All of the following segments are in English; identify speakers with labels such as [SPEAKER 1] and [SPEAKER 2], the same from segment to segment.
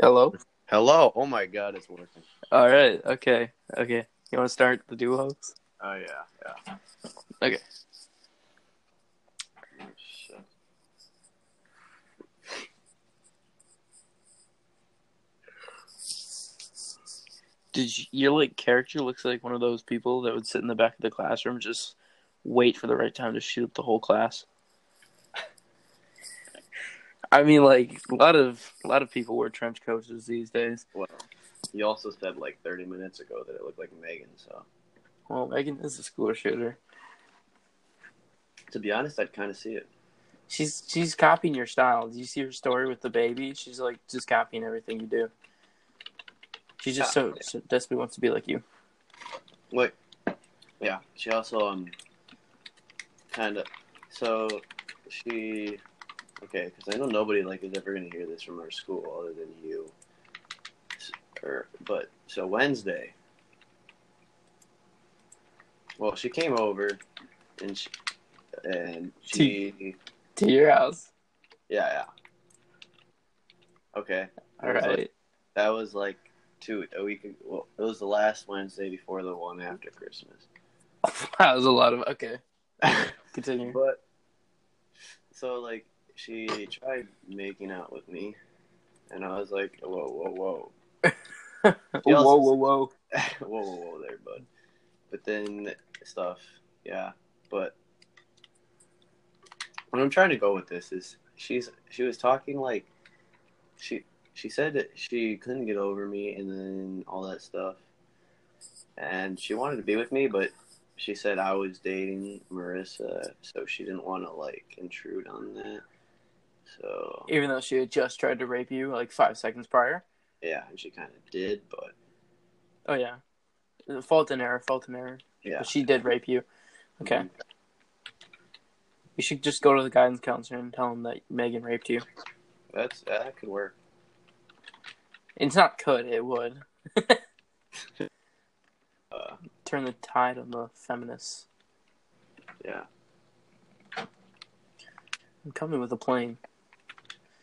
[SPEAKER 1] Hello.
[SPEAKER 2] Hello. Oh my god, it's working.
[SPEAKER 1] All right. Okay. Okay. You want to start the duos?
[SPEAKER 2] Oh yeah, yeah.
[SPEAKER 1] Okay.
[SPEAKER 2] Oh, shit.
[SPEAKER 1] Did you, your like character looks like one of those people that would sit in the back of the classroom just wait for the right time to shoot up the whole class? I mean, like a lot of a lot of people wear trench coats these days.
[SPEAKER 2] Well, you also said like 30 minutes ago that it looked like Megan. So
[SPEAKER 1] Well, Megan is a school shooter.
[SPEAKER 2] to be honest, I'd kind of see it.
[SPEAKER 1] She's she's copying your style. Do you see her story with the baby? She's like just copying everything you do. She just so,
[SPEAKER 2] Yeah.
[SPEAKER 1] so desperately wants to be like you.
[SPEAKER 2] Like, yeah. She also um, kind of. So she, okay, because I know nobody like is ever gonna hear this from our school other than you. S- Or but so Wednesday. Well, she came over, and she, and she.
[SPEAKER 1] To your house.
[SPEAKER 2] Yeah, yeah. Okay.
[SPEAKER 1] All right.
[SPEAKER 2] That was like two a week ago. Well, it was the last Wednesday before the one after Christmas.
[SPEAKER 1] that was a lot of okay. Continue.
[SPEAKER 2] But so like she tried making out with me, and I was like, whoa, whoa, whoa, She
[SPEAKER 1] whoa,
[SPEAKER 2] also-
[SPEAKER 1] whoa, whoa.
[SPEAKER 2] whoa, whoa, whoa, there, bud. But then stuff, yeah. But what I'm trying to go with this is she's she was talking like she she said that she couldn't get over me and then all that stuff, and she wanted to be with me, but she said I was dating Marissa, so she didn't want to like intrude on that. So
[SPEAKER 1] Even though she had just tried to rape you like five seconds prior.
[SPEAKER 2] yeah, and she kind of did, but
[SPEAKER 1] Oh yeah. Fault in error. Fault in error.
[SPEAKER 2] yeah,
[SPEAKER 1] But she did rape you. Okay. You should just go to the guidance counselor and tell him that Megan raped you.
[SPEAKER 2] that's that could work.
[SPEAKER 1] It's not could. It would
[SPEAKER 2] Uh,
[SPEAKER 1] turn the tide on the feminists.
[SPEAKER 2] yeah.
[SPEAKER 1] I'm coming with a plane.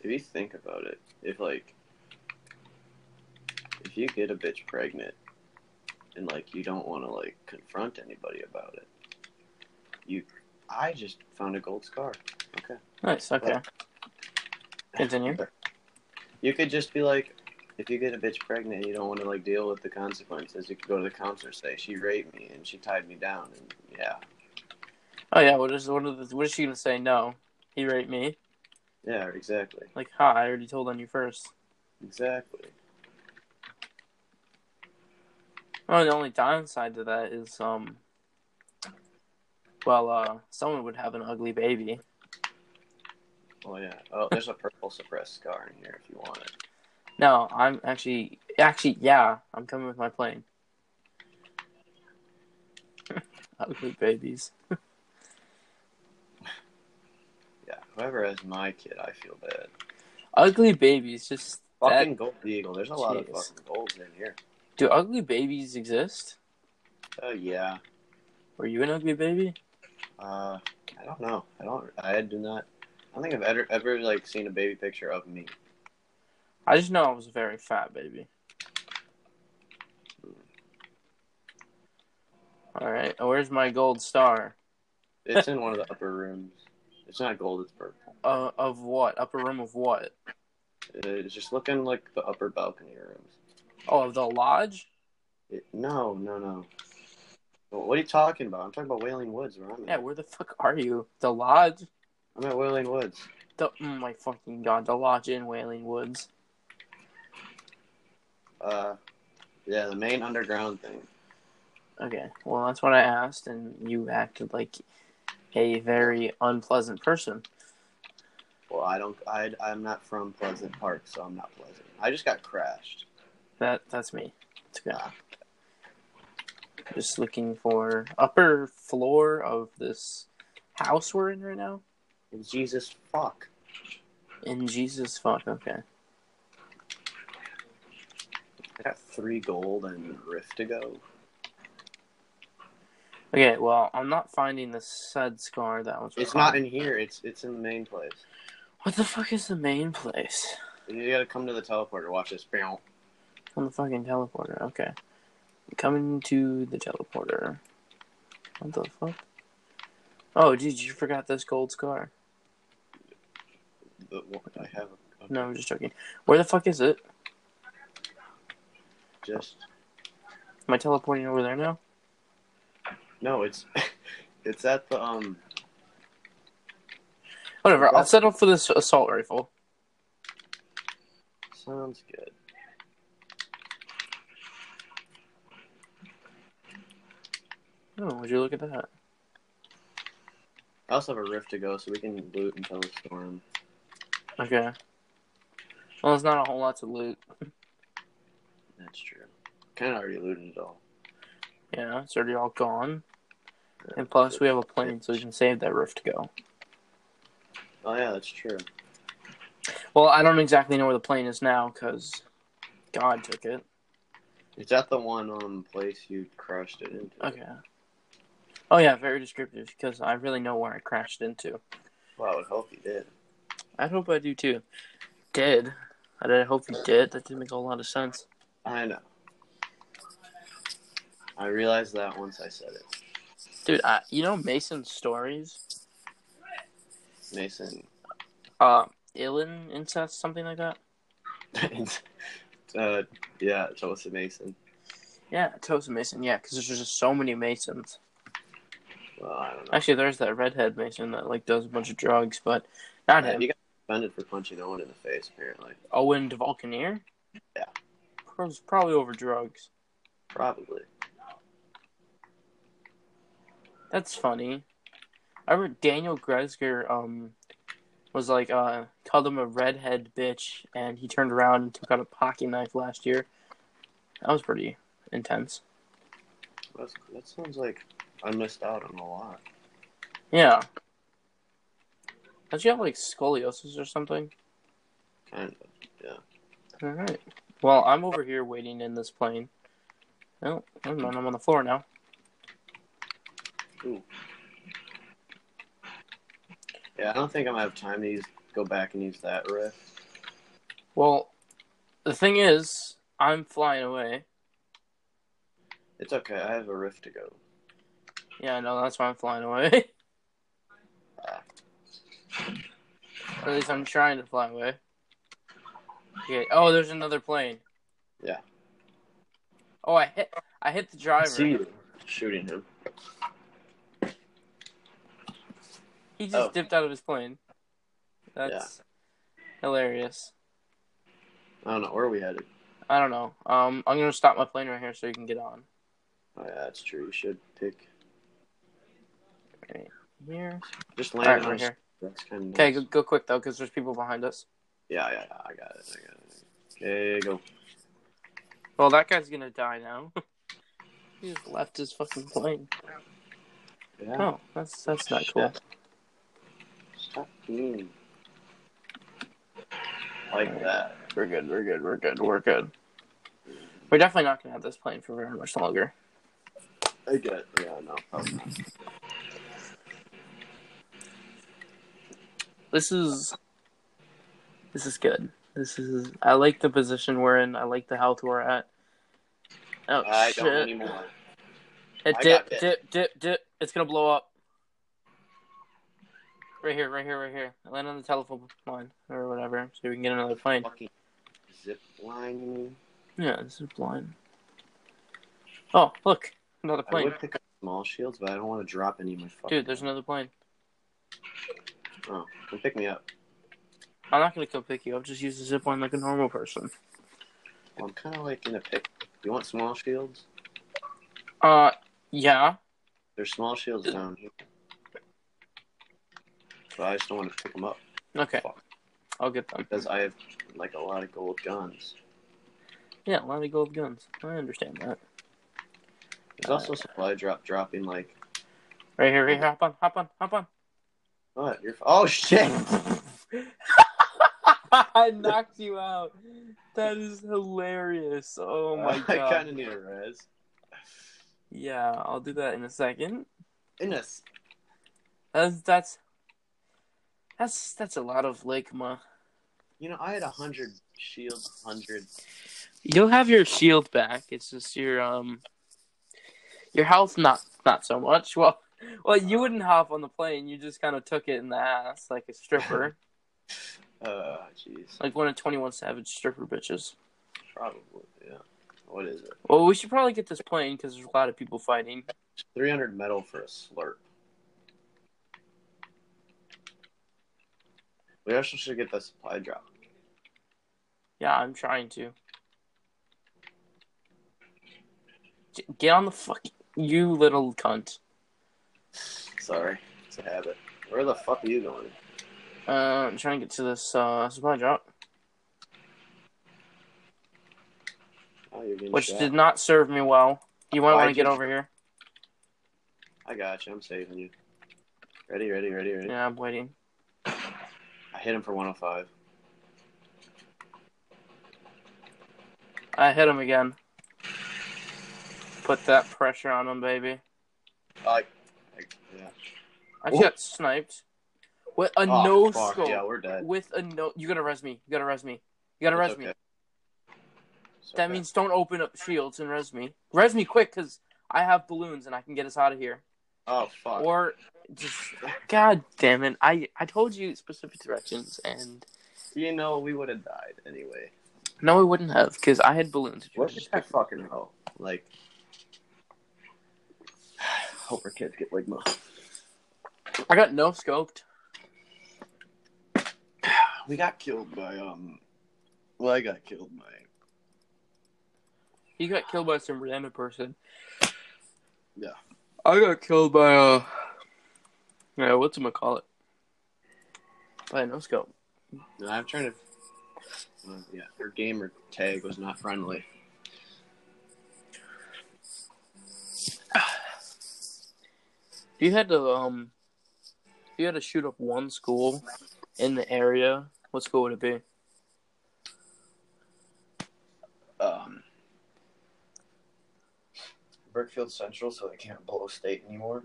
[SPEAKER 2] if you think about it, if like if you get a bitch pregnant and like you don't want to like confront anybody about it, you I just found a gold scar. Okay.
[SPEAKER 1] Nice. Okay. Continue.
[SPEAKER 2] You could just be like if you get a bitch pregnant and you don't want to like deal with the consequences, you could go to the counselor and say she raped me and she tied me down and yeah.
[SPEAKER 1] Oh yeah. What is what? Are the, what is she gonna say? No, he raped me.
[SPEAKER 2] Yeah, exactly.
[SPEAKER 1] Like, ha! I already told on you first.
[SPEAKER 2] Exactly.
[SPEAKER 1] Oh, the only downside to that is um. Well, uh, someone would have an ugly baby.
[SPEAKER 2] Oh yeah. Oh, there's a purple suppressed scar in here if you want it.
[SPEAKER 1] No, I'm actually, actually, yeah, I'm coming with my plane. ugly babies.
[SPEAKER 2] Yeah. Whoever has my kid, I feel bad.
[SPEAKER 1] Ugly babies. Just
[SPEAKER 2] Fucking
[SPEAKER 1] that.
[SPEAKER 2] gold eagle. There's a lot of
[SPEAKER 1] Jeez.
[SPEAKER 2] fucking golds in here.
[SPEAKER 1] Do ugly babies exist?
[SPEAKER 2] Oh yeah.
[SPEAKER 1] Were you an ugly baby?
[SPEAKER 2] Uh, I don't know. I don't. I do not. I don't think I've ever ever like seen a baby picture of me.
[SPEAKER 1] I just know I was a very fat baby. All right, where's my gold star?
[SPEAKER 2] It's in one of the upper rooms. It's not gold. It's purple.
[SPEAKER 1] Uh, of what? Upper room of what?
[SPEAKER 2] Uh, It's just looking like the upper balcony rooms.
[SPEAKER 1] Oh, of the lodge?
[SPEAKER 2] It, no, no, no. Well, what are you talking about? I'm talking about Wailing Woods, where I'm
[SPEAKER 1] Yeah,
[SPEAKER 2] at.
[SPEAKER 1] where the fuck are you? The lodge?
[SPEAKER 2] I'm at Wailing Woods.
[SPEAKER 1] The, oh my fucking god, the lodge in Wailing Woods.
[SPEAKER 2] Uh, yeah, the main underground thing.
[SPEAKER 1] Okay, well, that's what I asked, and you acted like a very unpleasant person.
[SPEAKER 2] Well, I don't. I I'm not from Pleasant Park, so I'm not pleasant. I just got crashed.
[SPEAKER 1] That That's me. It's okay.
[SPEAKER 2] Ah.
[SPEAKER 1] Just looking for upper floor of this house we're in right now.
[SPEAKER 2] Jesus fuck.
[SPEAKER 1] In Jesus fuck, okay.
[SPEAKER 2] I got three gold and rift to go.
[SPEAKER 1] Okay, well, I'm not finding the said scar that was.
[SPEAKER 2] It's not in here. It's it's in the main place.
[SPEAKER 1] What the fuck is the main place?
[SPEAKER 2] You gotta come to the teleporter. Watch this. Meow.
[SPEAKER 1] On the fucking teleporter. Okay. Coming to the teleporter. What the fuck? Oh, dude, you forgot this gold scar.
[SPEAKER 2] The- what- I have a,
[SPEAKER 1] No, I'm just joking. Where the fuck is it?
[SPEAKER 2] just
[SPEAKER 1] Am I teleporting over there now?
[SPEAKER 2] no. It's it's at the um.
[SPEAKER 1] Whatever. I'll
[SPEAKER 2] That's-
[SPEAKER 1] settle for this assault rifle.
[SPEAKER 2] Sounds good.
[SPEAKER 1] Oh, would you look at that?
[SPEAKER 2] I also have a rift to go, so we can loot until the storm.
[SPEAKER 1] Okay. Well, there's not a whole lot to loot.
[SPEAKER 2] That's true. Kind of already looted it all.
[SPEAKER 1] Yeah, it's already all gone. And plus, we have a plane, so we can save that rift to go.
[SPEAKER 2] Oh yeah, that's true.
[SPEAKER 1] Well, I don't exactly know where the plane is now, because God took it.
[SPEAKER 2] It's at the one um place you crushed it into.
[SPEAKER 1] Okay. Oh, yeah, very descriptive, because I really know where I crashed into.
[SPEAKER 2] Well, I would hope you did.
[SPEAKER 1] I hope I do too. Did. I did hope you did. That didn't make a whole lot of sense.
[SPEAKER 2] I know. I realized that once I said it.
[SPEAKER 1] Dude, I, you know Mason's stories?
[SPEAKER 2] Mason,
[SPEAKER 1] Uh, Ilin incest, something like that?
[SPEAKER 2] uh, yeah, Joseph Mason.
[SPEAKER 1] Yeah, Toast Mason, yeah, because there's just so many Masons.
[SPEAKER 2] Well, I don't know.
[SPEAKER 1] Actually, there's that redhead Mason that like does a bunch of drugs, but not him.
[SPEAKER 2] He got suspended for punching Owen in the face, apparently.
[SPEAKER 1] Owen DeValcanier.
[SPEAKER 2] Yeah.
[SPEAKER 1] Pro- probably over drugs.
[SPEAKER 2] Probably.
[SPEAKER 1] That's funny. I remember Daniel Gretzger um was like uh called him a redhead bitch, and he turned around and took out a pocket knife last year. That was pretty intense.
[SPEAKER 2] That's, that sounds like I missed out on a lot.
[SPEAKER 1] Yeah. Does you have like scoliosis or something?
[SPEAKER 2] Kind of.
[SPEAKER 1] All right. Well, I'm over here waiting in this plane. Oh, never mind. I'm on the floor now.
[SPEAKER 2] Ooh. Yeah, I don't think I'm gonna have time to use, go back and use that riff.
[SPEAKER 1] Well, the thing is, I'm flying away.
[SPEAKER 2] It's okay. I have a riff to go.
[SPEAKER 1] Yeah, I know. That's why I'm flying away. or at least I'm trying to fly away. Okay. Oh, there's another plane.
[SPEAKER 2] Yeah.
[SPEAKER 1] Oh, I hit. I hit the driver.
[SPEAKER 2] See you shooting him.
[SPEAKER 1] he just
[SPEAKER 2] Oh.
[SPEAKER 1] dipped out of his plane. That's hilarious.
[SPEAKER 2] I don't know where are we headed.
[SPEAKER 1] I don't know. Um, I'm gonna stop my plane right here so you can get on.
[SPEAKER 2] Oh yeah, that's true. You should pick.
[SPEAKER 1] Here.
[SPEAKER 2] Just
[SPEAKER 1] All right,
[SPEAKER 2] land on
[SPEAKER 1] right
[SPEAKER 2] us.
[SPEAKER 1] here.
[SPEAKER 2] That's kind of
[SPEAKER 1] Okay, go, go quick though, because there's people behind us.
[SPEAKER 2] Yeah, yeah, yeah, I got it. I got it. Okay, go.
[SPEAKER 1] Well, that guy's gonna die now. he just left his fucking plane.
[SPEAKER 2] Yeah.
[SPEAKER 1] Oh, that's that's not cool. Oh.
[SPEAKER 2] Stop being like that.
[SPEAKER 1] We're good. We're good. We're good. We're good. We're definitely not gonna have this plane for very much longer.
[SPEAKER 2] I get. Yeah, no. probably not.
[SPEAKER 1] This is this is good. This is I like the position we're in. I like the health we're at. Oh
[SPEAKER 2] I
[SPEAKER 1] shit!
[SPEAKER 2] don't anymore.
[SPEAKER 1] It
[SPEAKER 2] I
[SPEAKER 1] dip,
[SPEAKER 2] got bit.
[SPEAKER 1] dip, dip, dip. It's gonna blow up. Right here, right here, right here. Land on the telephone line or whatever, so we can get another plane.
[SPEAKER 2] Fucking zip line. you mean?
[SPEAKER 1] Yeah, this is blind. Oh, look, another
[SPEAKER 2] I
[SPEAKER 1] plane.
[SPEAKER 2] would pick up small shields, but I don't want to drop any of my fucking.
[SPEAKER 1] Dude, there's another plane.
[SPEAKER 2] Oh, come pick me up.
[SPEAKER 1] I'm not gonna come pick you up. Just use the zip line like a normal person.
[SPEAKER 2] Well, I'm kind of like in a pick. You want small shields?
[SPEAKER 1] Uh, yeah.
[SPEAKER 2] There's small shields down here. But I just don't want to pick them up
[SPEAKER 1] Okay. I'll get them.
[SPEAKER 2] because I have like a lot of gold guns.
[SPEAKER 1] Yeah, a lot of gold guns. I understand that.
[SPEAKER 2] There's also a supply drop dropping like
[SPEAKER 1] Right here, right here. Hop on, hop on, hop on.
[SPEAKER 2] what? You're oh shit!
[SPEAKER 1] I knocked you out. That is hilarious. Oh my
[SPEAKER 2] I
[SPEAKER 1] god.
[SPEAKER 2] kind of need a res.
[SPEAKER 1] Yeah, I'll do that in a second.
[SPEAKER 2] In a s-
[SPEAKER 1] That's that's that's that's a lot of ligma.
[SPEAKER 2] You know, I had a hundred shield, hundred.
[SPEAKER 1] You'll have your shield back. It's just your um your health not not so much. Well well you wouldn't hop on the plane, you just kinda took it in the ass like a stripper.
[SPEAKER 2] Uh, jeez,
[SPEAKER 1] like one of twenty one savage stripper bitches.
[SPEAKER 2] probably. Yeah. What is it?
[SPEAKER 1] Well we should probably get this plane because there's a lot of people fighting.
[SPEAKER 2] Three hundred metal for a slurp. We also should get the supply drop.
[SPEAKER 1] Yeah, I'm trying to. J- Get on the fuck you little cunt.
[SPEAKER 2] Sorry, it's a habit. Where the fuck are you going?
[SPEAKER 1] Uh, I'm trying to get to this uh supply drop.
[SPEAKER 2] Oh, you're getting
[SPEAKER 1] Which
[SPEAKER 2] shot.
[SPEAKER 1] did not serve me well. You might
[SPEAKER 2] Why'd
[SPEAKER 1] want to get
[SPEAKER 2] you-
[SPEAKER 1] over here.
[SPEAKER 2] I got you. I'm saving you. Ready, ready, ready, ready.
[SPEAKER 1] Yeah, I'm waiting.
[SPEAKER 2] I hit him for 105.
[SPEAKER 1] I hit him again. Put that pressure on him, baby.
[SPEAKER 2] I, I yeah.
[SPEAKER 1] I just
[SPEAKER 2] Whoa.
[SPEAKER 1] got sniped with a
[SPEAKER 2] Oh,
[SPEAKER 1] no
[SPEAKER 2] fuck,
[SPEAKER 1] scope.
[SPEAKER 2] Yeah, we're dead.
[SPEAKER 1] With a no, you gotta res me. You gotta res me. You gotta res
[SPEAKER 2] It's
[SPEAKER 1] me.
[SPEAKER 2] okay. It's
[SPEAKER 1] That
[SPEAKER 2] okay.
[SPEAKER 1] means don't open up shields and res me. Res me quick, cause I have balloons and I can get us out of here.
[SPEAKER 2] Oh fuck.
[SPEAKER 1] Or just God damn it! I I told you specific directions, and
[SPEAKER 2] you know we would have died anyway.
[SPEAKER 1] no, I wouldn't have, cause I had balloons. If you
[SPEAKER 2] What
[SPEAKER 1] would've
[SPEAKER 2] did that fucking hoe? Like, hope our kids get ligma.
[SPEAKER 1] I got no scoped.
[SPEAKER 2] We got killed by um. Well, I got killed by.
[SPEAKER 1] He got killed by some random person.
[SPEAKER 2] Yeah.
[SPEAKER 1] I got killed by uh Yeah, what's gonna call it? By a no scope.
[SPEAKER 2] No, I'm trying to. Well, yeah, her gamer tag was not friendly.
[SPEAKER 1] You had to um if you had to shoot up one school in the area, what school would it be?
[SPEAKER 2] Um. Brookfield Central, so they can't blow state anymore.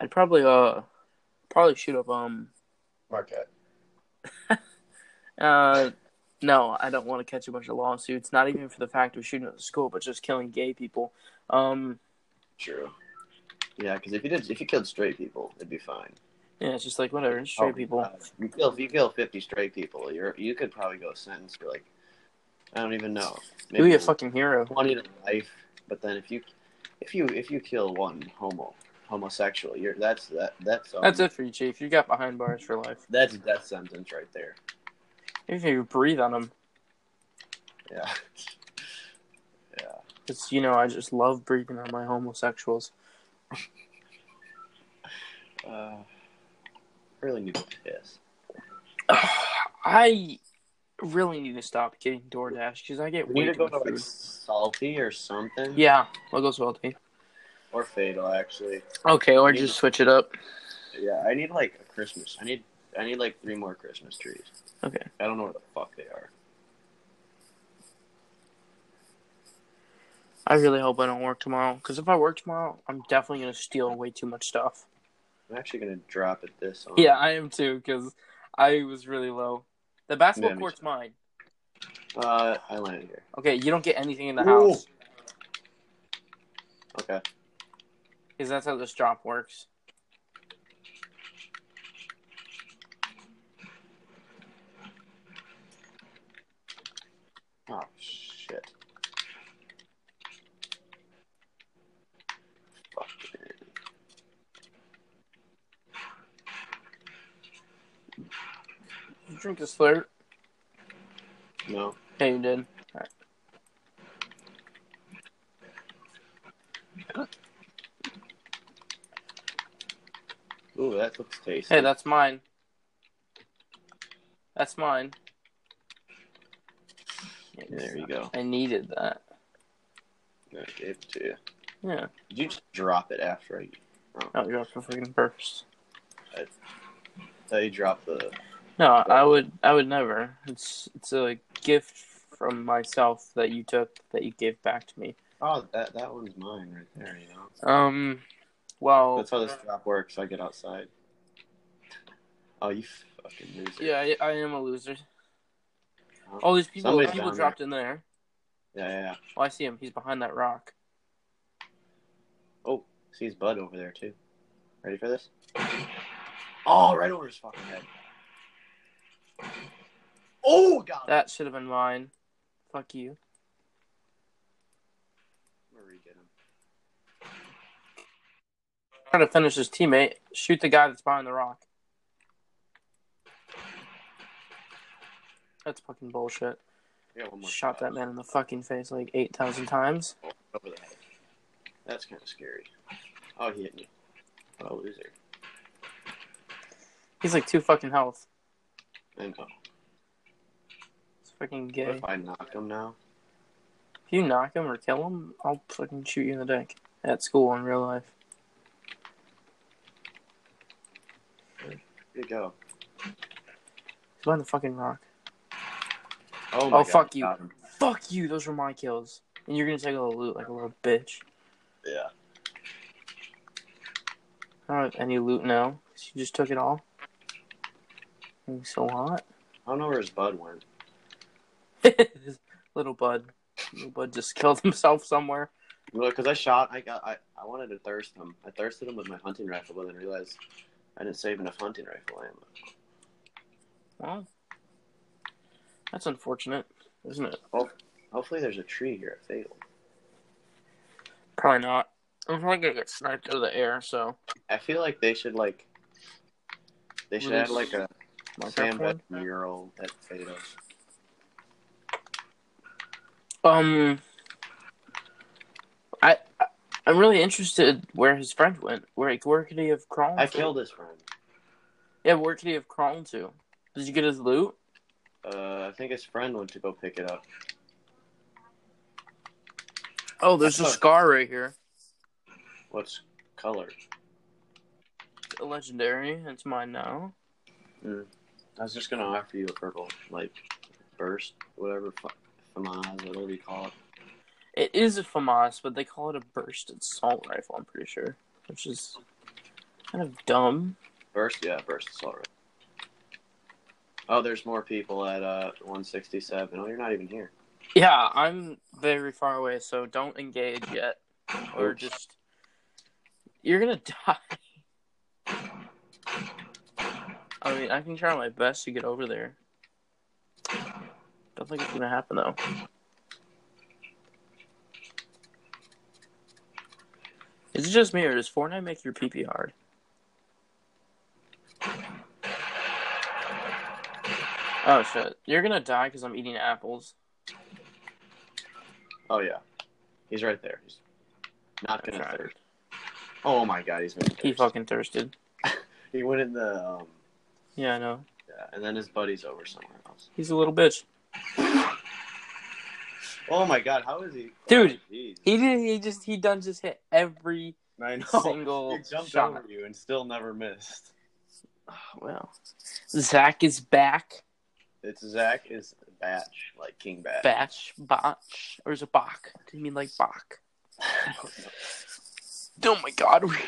[SPEAKER 1] I'd probably uh probably shoot up um
[SPEAKER 2] Marquette.
[SPEAKER 1] uh no, I don't want to catch a bunch of lawsuits, not even for the fact of shooting up the school, but just killing gay people. Um
[SPEAKER 2] True. Yeah, because if you did, if you killed straight people, it'd be fine.
[SPEAKER 1] yeah, it's just like whatever, it's straight
[SPEAKER 2] Oh,
[SPEAKER 1] people.
[SPEAKER 2] uh, you kill, if you kill fifty straight people, you're you could probably go a sentence for like, I don't even know.
[SPEAKER 1] You'd be a fucking hero.
[SPEAKER 2] twenty to life. But then if you, if you if you kill one homo homosexual, you're that's that that's um,
[SPEAKER 1] That's it for you, Chief. You got behind bars for life.
[SPEAKER 2] That's death sentence right there.
[SPEAKER 1] If you breathe on them,
[SPEAKER 2] Yeah.
[SPEAKER 1] because you know I just love breathing on my homosexuals.
[SPEAKER 2] Uh, really need to piss.
[SPEAKER 1] I really need to stop getting DoorDash because I get
[SPEAKER 2] We need
[SPEAKER 1] way
[SPEAKER 2] to
[SPEAKER 1] too
[SPEAKER 2] go to
[SPEAKER 1] much
[SPEAKER 2] like
[SPEAKER 1] food.
[SPEAKER 2] salty or something.
[SPEAKER 1] Yeah, we'll go salty.
[SPEAKER 2] Or fatal actually.
[SPEAKER 1] Okay, or
[SPEAKER 2] Yeah.
[SPEAKER 1] just switch it up.
[SPEAKER 2] Yeah, I need like a Christmas. I need I need like three more Christmas trees.
[SPEAKER 1] Okay.
[SPEAKER 2] I don't know where the fuck they are.
[SPEAKER 1] I really hope I don't work tomorrow because if I work tomorrow, I'm definitely gonna steal way too much stuff.
[SPEAKER 2] I'm actually gonna drop it this. On.
[SPEAKER 1] Yeah, I am too because I was really low. The basketball
[SPEAKER 2] Yeah, me
[SPEAKER 1] court's mine.
[SPEAKER 2] Uh, I landed here.
[SPEAKER 1] Okay, you don't get anything in the
[SPEAKER 2] Ooh.
[SPEAKER 1] house
[SPEAKER 2] Okay.
[SPEAKER 1] because that's how this drop works.
[SPEAKER 2] Oh shit. Fuck. man.
[SPEAKER 1] You drink a slurp.
[SPEAKER 2] No.
[SPEAKER 1] Yeah, you did.
[SPEAKER 2] Ooh, that looks tasty.
[SPEAKER 1] Hey, that's mine. That's mine.
[SPEAKER 2] There you go.
[SPEAKER 1] I needed that.
[SPEAKER 2] I gave it to you.
[SPEAKER 1] Yeah.
[SPEAKER 2] Did you just drop it after I?
[SPEAKER 1] Oh, you're up for freaking burst.
[SPEAKER 2] That you dropped the.
[SPEAKER 1] No, I would. I would never. It's it's a gift from myself that you took that you gave back to me.
[SPEAKER 2] Oh, that that one's mine right there. You know.
[SPEAKER 1] Um. Well.
[SPEAKER 2] That's how this drop works. I get outside. Oh, you fucking loser.
[SPEAKER 1] Yeah, I, I am a loser. Oh, there's people.
[SPEAKER 2] Somebody's
[SPEAKER 1] people
[SPEAKER 2] down
[SPEAKER 1] dropped in there.
[SPEAKER 2] Yeah, yeah, yeah.
[SPEAKER 1] Oh, I see him. He's behind that rock.
[SPEAKER 2] Oh, sees Bud over there too. Ready for this? Oh, right over his fucking head. Oh god.
[SPEAKER 1] That should have been mine. Fuck you.
[SPEAKER 2] I'm gonna re-get him.
[SPEAKER 1] Trying to finish his teammate. Shoot the guy that's behind the rock. That's fucking bullshit.
[SPEAKER 2] Yeah, one more
[SPEAKER 1] Shot
[SPEAKER 2] shot.
[SPEAKER 1] that man in the fucking face like eight thousand times.
[SPEAKER 2] over the head. That's kind of scary. Oh, he hit me. Oh, What a loser.
[SPEAKER 1] He's like two fucking health.
[SPEAKER 2] I know.
[SPEAKER 1] It's fucking
[SPEAKER 2] What
[SPEAKER 1] gay.
[SPEAKER 2] if I knock him now?
[SPEAKER 1] If you knock him or kill him, I'll fucking shoot you in the dick. At school in real life.
[SPEAKER 2] Here you go.
[SPEAKER 1] He's behind the fucking rock.
[SPEAKER 2] Oh,
[SPEAKER 1] Oh, fuck
[SPEAKER 2] I
[SPEAKER 1] you.
[SPEAKER 2] got him.
[SPEAKER 1] Fuck you, those were my kills. And you're gonna take all the loot like a little bitch.
[SPEAKER 2] Yeah.
[SPEAKER 1] I don't have any loot now. She just took it all. I'm so hot.
[SPEAKER 2] I don't know where his bud went.
[SPEAKER 1] little bud. Little bud just killed himself somewhere.
[SPEAKER 2] Because I shot, I got, I, I wanted to thirst him. I thirsted him with my hunting rifle, but then realized I didn't save enough hunting rifle ammo.
[SPEAKER 1] Well, that's unfortunate, isn't it?
[SPEAKER 2] Hopefully, there's a tree here at Fatal.
[SPEAKER 1] Probably not. I'm probably gonna get sniped out of the air, so.
[SPEAKER 2] I feel like they should like, they should
[SPEAKER 1] Release
[SPEAKER 2] have like a
[SPEAKER 1] Minecraft
[SPEAKER 2] Sam
[SPEAKER 1] one?
[SPEAKER 2] Beth mural at Fatal.
[SPEAKER 1] Um. I, I, I'm really interested where his friend went. Where, like, where could he have crawled
[SPEAKER 2] I
[SPEAKER 1] to?
[SPEAKER 2] killed his friend.
[SPEAKER 1] Yeah, where could he have crawled to? Did you get his loot?
[SPEAKER 2] Uh, I think his friend went to go pick it up.
[SPEAKER 1] Oh, there's a
[SPEAKER 2] Oh.
[SPEAKER 1] scar right here.
[SPEAKER 2] What's color?
[SPEAKER 1] A legendary. It's mine now.
[SPEAKER 2] I was just gonna offer you a purple, like burst, whatever, fu- FAMAS, whatever you call it.
[SPEAKER 1] It is a FAMAS, but they call it a burst assault rifle, I'm pretty sure. Which is kind of dumb.
[SPEAKER 2] Burst, yeah, burst assault rifle. Oh, there's more people at uh 167. Oh, you're not even here.
[SPEAKER 1] Yeah, I'm very far away, so don't engage yet. Or just. You're gonna die. I mean, I can try my best to get over there. Don't think it's gonna happen, though. Is it just me, or does Fortnite make your pee pee hard? Oh shit. You're gonna die because I'm eating apples.
[SPEAKER 2] Oh yeah, he's right there. He's not gonna
[SPEAKER 1] That's right.
[SPEAKER 2] third. Oh my god, he's gonna.
[SPEAKER 1] He
[SPEAKER 2] thirst.
[SPEAKER 1] fucking thirsted.
[SPEAKER 2] He went in the um,
[SPEAKER 1] Yeah, I know.
[SPEAKER 2] yeah, and then his buddy's over somewhere else.
[SPEAKER 1] He's a little bitch.
[SPEAKER 2] Oh my god, how is he?
[SPEAKER 1] Dude,
[SPEAKER 2] oh, jeez.
[SPEAKER 1] He did. He just. He done just hit every.
[SPEAKER 2] I know.
[SPEAKER 1] single
[SPEAKER 2] he jumped
[SPEAKER 1] shot.
[SPEAKER 2] over you and still never missed.
[SPEAKER 1] Oh, well, Zach is back.
[SPEAKER 2] It's Zach is batch like King Batch.
[SPEAKER 1] Batch, botch, or is it Bach? Do you mean like Bach? Oh my God, we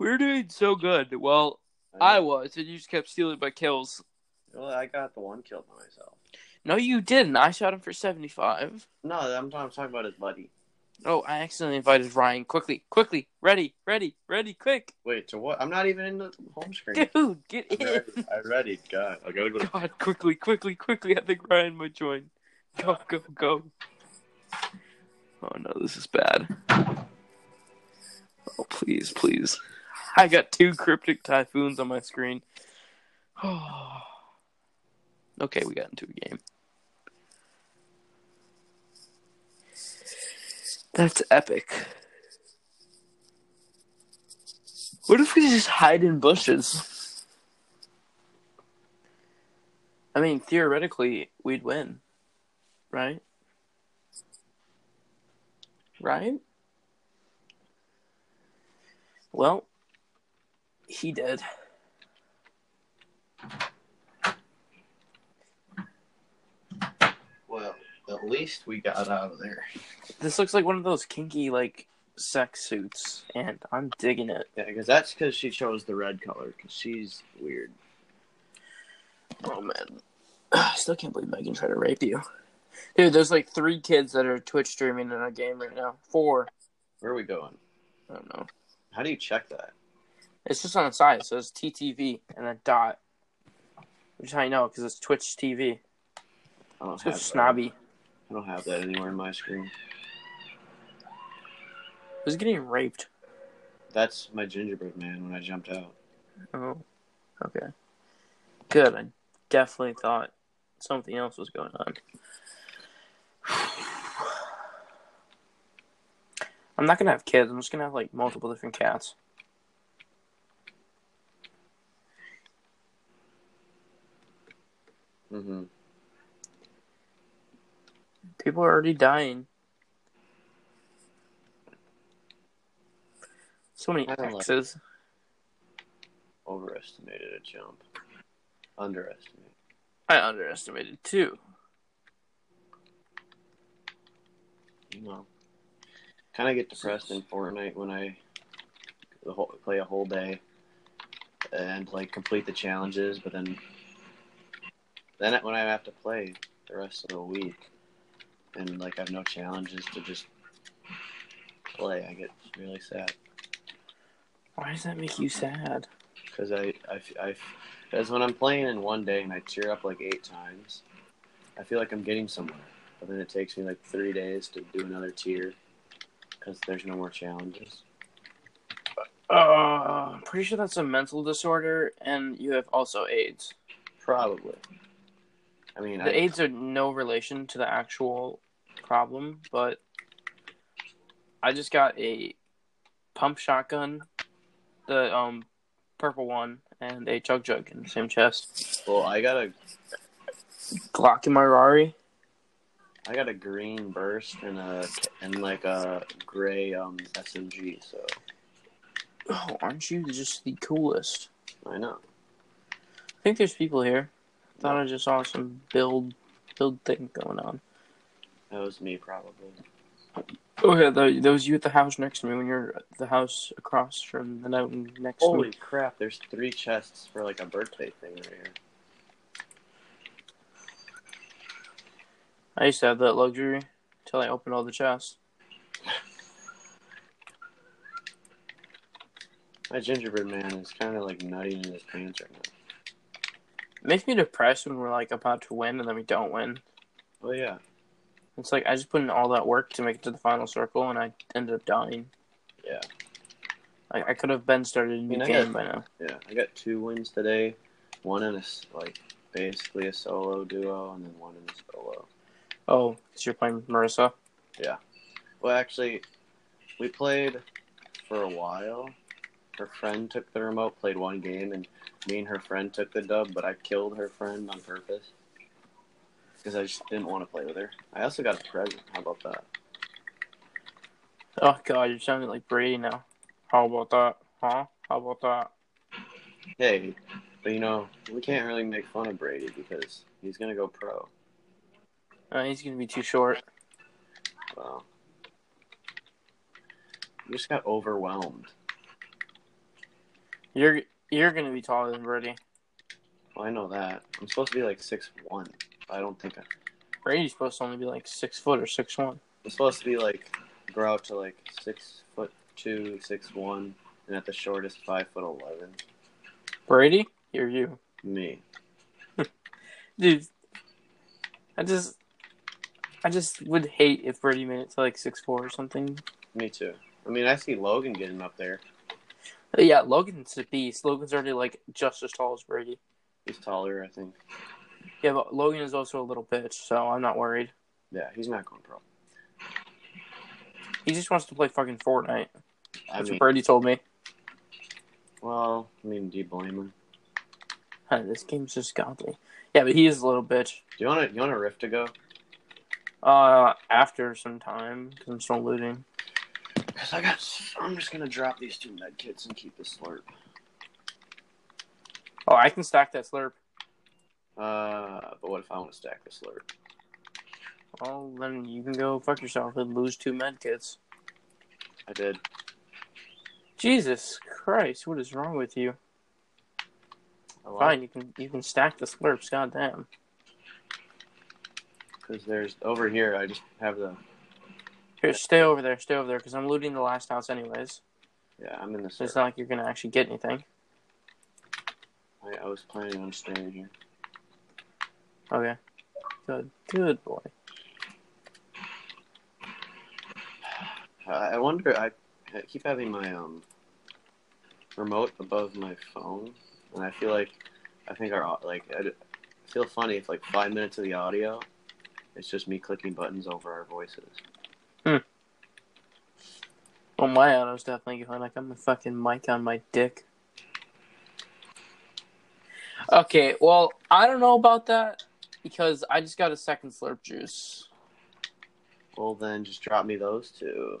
[SPEAKER 1] we're doing so good. Well, I was, and you just kept stealing my kills.
[SPEAKER 2] Well, I got the one killed by myself.
[SPEAKER 1] No, you didn't. I shot him for seventy-five.
[SPEAKER 2] No, I'm, I'm talking about his buddy.
[SPEAKER 1] Oh, I accidentally invited Ryan. Quickly, quickly, ready, ready, ready, quick,
[SPEAKER 2] Wait, to what? I'm not even in the home screen.
[SPEAKER 1] dude, get
[SPEAKER 2] I
[SPEAKER 1] in.
[SPEAKER 2] read, I read it. God, I gotta go. To...
[SPEAKER 1] God, quickly, quickly, quickly. I think Ryan might join. Go, go, go. Oh no, this is bad. Oh, please, please. I got two cryptic typhoons on my screen. Oh. Okay, we got into a game. That's epic. What if we just hide in bushes? I mean, theoretically, we'd win, right? Right? Well, he did.
[SPEAKER 2] Well, at least we got out of there.
[SPEAKER 1] This looks like one of those kinky, like, sex suits, and I'm digging it.
[SPEAKER 2] Yeah, because that's because she chose the red color because she's weird.
[SPEAKER 1] Oh, man. I still can't believe Megan tried to rape you. Dude, there's like three kids that are Twitch streaming in our game right now. Four.
[SPEAKER 2] Where are we going?
[SPEAKER 1] I don't know.
[SPEAKER 2] How do you check that?
[SPEAKER 1] It's just on the side. So it's TTV and a dot. Which I know because it's Twitch TV.
[SPEAKER 2] I don't
[SPEAKER 1] It's
[SPEAKER 2] have
[SPEAKER 1] so
[SPEAKER 2] that.
[SPEAKER 1] snobby.
[SPEAKER 2] I don't have that anywhere in my screen.
[SPEAKER 1] Who's getting raped?
[SPEAKER 2] That's my gingerbread man when I jumped out.
[SPEAKER 1] Oh, okay. Good. I definitely thought something else was going on. I'm not gonna have kids. I'm just gonna have like multiple different cats.
[SPEAKER 2] Mm-hmm.
[SPEAKER 1] People are already dying. So many
[SPEAKER 2] I don't like-
[SPEAKER 1] X's.
[SPEAKER 2] Overestimated a jump. Underestimated.
[SPEAKER 1] I underestimated two.
[SPEAKER 2] No. Kind of get depressed in Fortnite when I the whole, play a whole day and like complete the challenges, but then then when I have to play the rest of the week and like I have no challenges to just play, I get really sad
[SPEAKER 1] Why does that make you sad?
[SPEAKER 2] because I I f- I because when I'm playing in one day and I tear up like eight times, I feel like I'm getting somewhere, but then it takes me like three days to do another tier because there's no more challenges.
[SPEAKER 1] Uh, I'm pretty sure that's a mental disorder, and you have also AIDS.
[SPEAKER 2] Probably. I mean, I,
[SPEAKER 1] The AIDS are no relation to the actual problem, but I just got a pump shotgun, the um purple one, and a jug jug in the same chest.
[SPEAKER 2] well, I got a
[SPEAKER 1] Glock in my Rari.
[SPEAKER 2] I got a green burst and a and like a gray um SMG. So
[SPEAKER 1] Oh, aren't you just the coolest?
[SPEAKER 2] I know.
[SPEAKER 1] I think there's people here. I thought I just saw some build build thing going on.
[SPEAKER 2] That was me probably.
[SPEAKER 1] Oh yeah, that that was you at the house next to me when you're at the house across from the night next to
[SPEAKER 2] Holy
[SPEAKER 1] me.
[SPEAKER 2] crap! There's three chests for like a birthday thing right here.
[SPEAKER 1] I used to have that luxury until I opened all the chests.
[SPEAKER 2] My gingerbread man is kind of like nutting in his pants right now.
[SPEAKER 1] makes me depressed when we're like about to win and then we don't win.
[SPEAKER 2] Oh yeah,
[SPEAKER 1] It's like I just put in all that work to make it to the final circle and I ended up dying.
[SPEAKER 2] yeah,
[SPEAKER 1] Like I could have been started a new
[SPEAKER 2] mean, I
[SPEAKER 1] game
[SPEAKER 2] got-
[SPEAKER 1] by now.
[SPEAKER 2] yeah. I got two wins today. One in a s- like basically a solo duo, and then one in a solo.
[SPEAKER 1] Oh, because you're playing Marissa.
[SPEAKER 2] Well, actually, we played for a while. Her friend took the remote, played one game, and me and her friend took the dub, but I killed her friend on purpose. Because I just didn't want to play with her. I also got a present. How about that?
[SPEAKER 1] Oh god, you're sounding like Brady now. How about that? Huh? How about that?
[SPEAKER 2] Hey, but you know, we can't really make fun of Brady because he's going to go pro.
[SPEAKER 1] Uh, he's gonna be too short.
[SPEAKER 2] Well, we just got overwhelmed.
[SPEAKER 1] You're you're gonna be taller than Brady.
[SPEAKER 2] Well, I know that. I'm supposed to be like six one. I don't think I.
[SPEAKER 1] Brady's supposed to only be like six foot or six one.
[SPEAKER 2] It's supposed to be like grow out to like six foot two, six one, and at the shortest five foot eleven.
[SPEAKER 1] Brady, you're you,
[SPEAKER 2] Me.
[SPEAKER 1] dude. I just I just would hate if Brady made it to like six four or something.
[SPEAKER 2] Me too. I mean I see Logan getting up there.
[SPEAKER 1] Yeah, Logan's a beast. Logan's already like just as tall as Brady.
[SPEAKER 2] He's taller, I think.
[SPEAKER 1] Yeah, but Logan is also a little bitch, so I'm not worried.
[SPEAKER 2] Yeah, he's not going pro.
[SPEAKER 1] He just wants to play fucking Fortnite.
[SPEAKER 2] I
[SPEAKER 1] That's
[SPEAKER 2] mean
[SPEAKER 1] what Brady told me.
[SPEAKER 2] well, I mean, do you blame him?
[SPEAKER 1] Huh, this game's just godly. Yeah, but he is a little bitch.
[SPEAKER 2] Do you wanna you want a rift to go?
[SPEAKER 1] Uh, after some time, 'cause I'm still looting.
[SPEAKER 2] Cause I got I'm just gonna drop these two med kits and keep the slurp.
[SPEAKER 1] Oh, I can stack that slurp.
[SPEAKER 2] Uh but what if I wanna stack the slurp?
[SPEAKER 1] Well, Oh, then you can go fuck yourself and lose two med kits.
[SPEAKER 2] I did.
[SPEAKER 1] Jesus Christ, what is wrong with you?
[SPEAKER 2] I lied.
[SPEAKER 1] Fine, you can you can stack the slurps. Goddamn.
[SPEAKER 2] Because there's over here, I just have the.
[SPEAKER 1] Here, stay over there, stay over there, because I'm looting the last house anyways.
[SPEAKER 2] Yeah, I'm in the
[SPEAKER 1] So it's
[SPEAKER 2] circle.
[SPEAKER 1] not like you're gonna actually get anything.
[SPEAKER 2] I, I was planning on staying here.
[SPEAKER 1] Okay. Good. Good boy.
[SPEAKER 2] I I wonder. I, I keep having my um remote above my phone, and I feel like I think our au- like I d- I feel funny if like five minutes of the audio, it's just me clicking buttons over our voices.
[SPEAKER 1] Well, my auto's definitely going like I'm a fucking mic on my dick. Okay, well, I don't know about that because I just got a second slurp juice.
[SPEAKER 2] Well, then just drop me those two,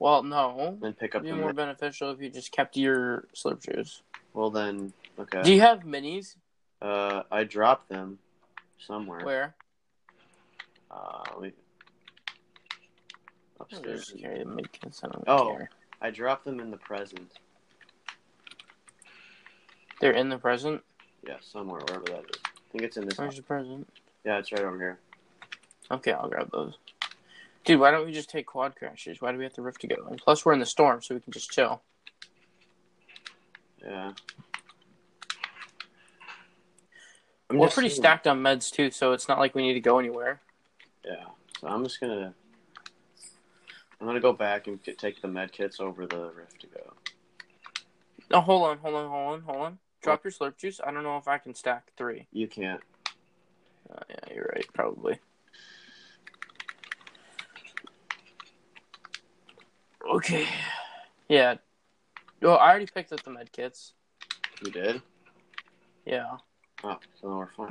[SPEAKER 1] Well, no.
[SPEAKER 2] and then pick up
[SPEAKER 1] It'd be
[SPEAKER 2] the.
[SPEAKER 1] more
[SPEAKER 2] mi-
[SPEAKER 1] beneficial if you just kept your slurp juice.
[SPEAKER 2] Well, then okay.
[SPEAKER 1] Do you have minis?
[SPEAKER 2] Uh, I dropped them somewhere.
[SPEAKER 1] Where?
[SPEAKER 2] Uh, we,
[SPEAKER 1] Oh,
[SPEAKER 2] upstairs.
[SPEAKER 1] carry them in case I don't
[SPEAKER 2] Oh.
[SPEAKER 1] care.
[SPEAKER 2] I dropped them in the present.
[SPEAKER 1] They're in the present?
[SPEAKER 2] Yeah, somewhere wherever that is. I think it's in this.
[SPEAKER 1] Where's the present?
[SPEAKER 2] Yeah, it's right over here.
[SPEAKER 1] Okay, I'll grab those. Dude, why don't we just take quad crashes? Why do we have to rift to go? And plus, we're in the storm, so we can just chill.
[SPEAKER 2] Yeah.
[SPEAKER 1] We're pretty stacked on meds too, so it's not like we need to go anywhere.
[SPEAKER 2] Yeah. So I'm just gonna. I'm gonna go back and get, take the med kits over the rift to go.
[SPEAKER 1] No, hold on, hold on, hold on, hold on. Drop your slurp juice. I don't know if I can stack three.
[SPEAKER 2] You can't.
[SPEAKER 1] Uh, yeah, you're right, probably. Okay. Yeah. Well, I already picked up the med kits.
[SPEAKER 2] You did.
[SPEAKER 1] Yeah.
[SPEAKER 2] Oh, so then we're fine.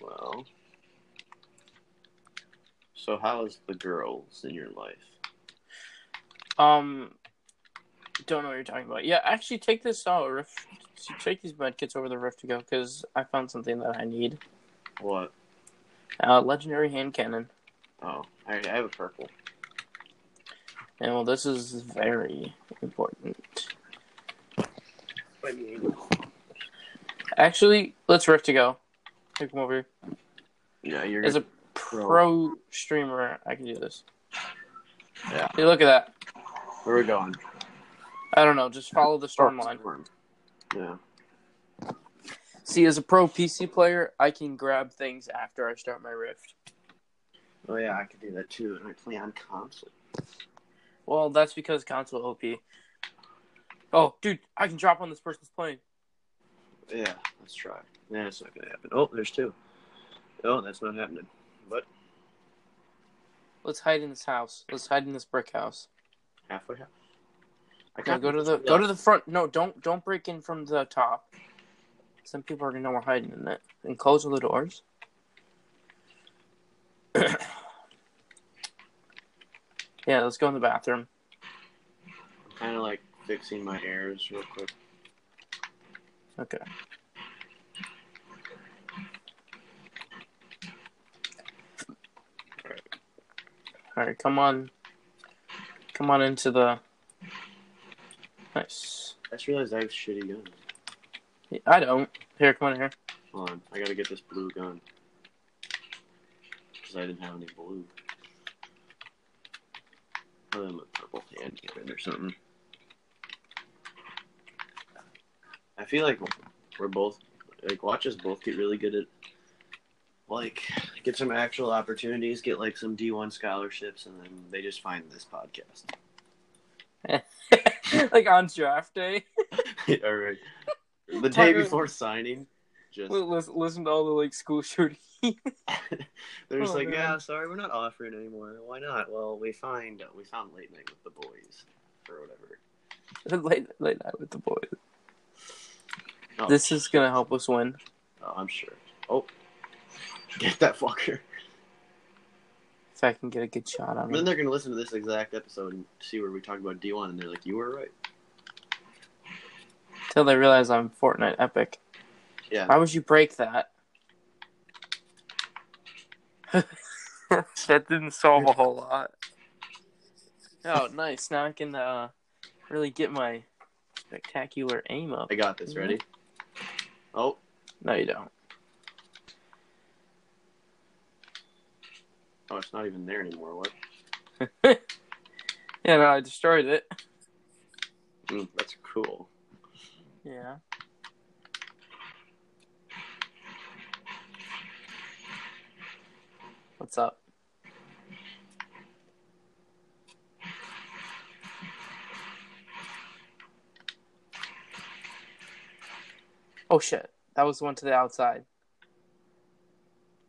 [SPEAKER 2] Well, so how is the girls in your life?
[SPEAKER 1] Um. Don't know what you're talking about. Yeah, actually, take this uh, rift. Take these med kits over the rift to go because I found something that I need.
[SPEAKER 2] What?
[SPEAKER 1] Uh, legendary hand cannon.
[SPEAKER 2] Oh, I, I have a purple.
[SPEAKER 1] And well, this is very important. Actually, let's riff to go. Here, come over here.
[SPEAKER 2] Yeah, you're
[SPEAKER 1] As
[SPEAKER 2] gonna,
[SPEAKER 1] a pro streamer, I can do this.
[SPEAKER 2] Yeah.
[SPEAKER 1] Hey, look at that.
[SPEAKER 2] where are we going?
[SPEAKER 1] I don't know. Just follow the storm
[SPEAKER 2] Oh,
[SPEAKER 1] line.
[SPEAKER 2] storm. Yeah.
[SPEAKER 1] See, as a pro PC player, I can grab things after I start my rift.
[SPEAKER 2] Oh yeah, I could do that too, and I play on console.
[SPEAKER 1] Well, that's because console OP. Oh, dude, I can drop on this person's plane.
[SPEAKER 2] Yeah, let's try. Nah, it's not gonna happen. Oh, there's two. Oh, that's not happening. But
[SPEAKER 1] Let's hide in this house. Let's hide in this brick house.
[SPEAKER 2] halfway half. I
[SPEAKER 1] No,
[SPEAKER 2] can't
[SPEAKER 1] go to the go to the front. No, don't don't break in from the top. Some people are gonna know we're hiding in it. And close all the doors. yeah, let's go in the bathroom.
[SPEAKER 2] kind of like fixing my errors real quick.
[SPEAKER 1] Okay. All right, come on, come on into the. Nice.
[SPEAKER 2] I just realized I have shitty guns.
[SPEAKER 1] Yeah, I don't. Here, come on here.
[SPEAKER 2] Hold on, I gotta get this blue gun because I didn't have any blue. Other than my purple hand cannon or something. I feel like we're both like watch us both get really good at like get some actual opportunities, get like some D one scholarships, and then they just find this podcast.
[SPEAKER 1] like on draft day.
[SPEAKER 2] All right, the day
[SPEAKER 1] Tucker-
[SPEAKER 2] before signing, just
[SPEAKER 1] Li- Listen, listen to all the like school shooting.
[SPEAKER 2] They're just
[SPEAKER 1] Oh,
[SPEAKER 2] like,
[SPEAKER 1] man.
[SPEAKER 2] yeah, sorry, we're not offering anymore. Why not? Well, we find we found late night with the boys or whatever.
[SPEAKER 1] late, late night with the boys.
[SPEAKER 2] Oh.
[SPEAKER 1] This is gonna help us win.
[SPEAKER 2] Oh, I'm sure. Oh, get that fucker.
[SPEAKER 1] If I can get a good shot on
[SPEAKER 2] Then
[SPEAKER 1] him.
[SPEAKER 2] they're gonna listen to this exact episode and see where we talked about D1, and they're like, you were right.
[SPEAKER 1] Until they realize I'm Fortnite epic.
[SPEAKER 2] Yeah.
[SPEAKER 1] Why would you break that? that didn't solve a whole lot. Oh, nice. Now I can uh, really get my spectacular aim up.
[SPEAKER 2] I got this. Ready? Oh,
[SPEAKER 1] No, you don't.
[SPEAKER 2] oh, it's not even there anymore. What?
[SPEAKER 1] Yeah, no, I destroyed it.
[SPEAKER 2] Mm, that's cool.
[SPEAKER 1] Yeah. What's up? Oh shit. That was the one to the outside.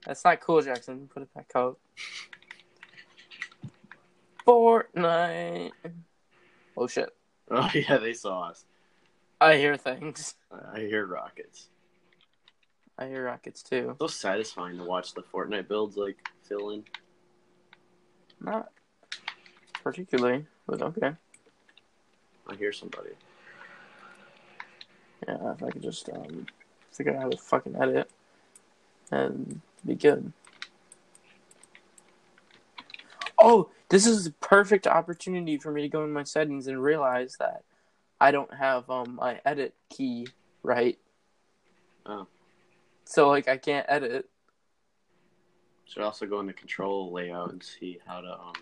[SPEAKER 1] That's not cool, Jackson. Put it back out. Fortnite. Oh shit.
[SPEAKER 2] Oh yeah, they saw us.
[SPEAKER 1] I hear things.
[SPEAKER 2] I hear rockets.
[SPEAKER 1] I hear rockets too.
[SPEAKER 2] So satisfying to watch the Fortnite builds like fill in.
[SPEAKER 1] Not particularly, but okay.
[SPEAKER 2] I hear somebody.
[SPEAKER 1] Yeah, if I could just um, figure out how to fucking edit and be good. Oh, this is a perfect opportunity for me to go in my settings and realize that I don't have um my edit key right.
[SPEAKER 2] Oh.
[SPEAKER 1] So like I can't edit.
[SPEAKER 2] Should also go into control layout and see how to um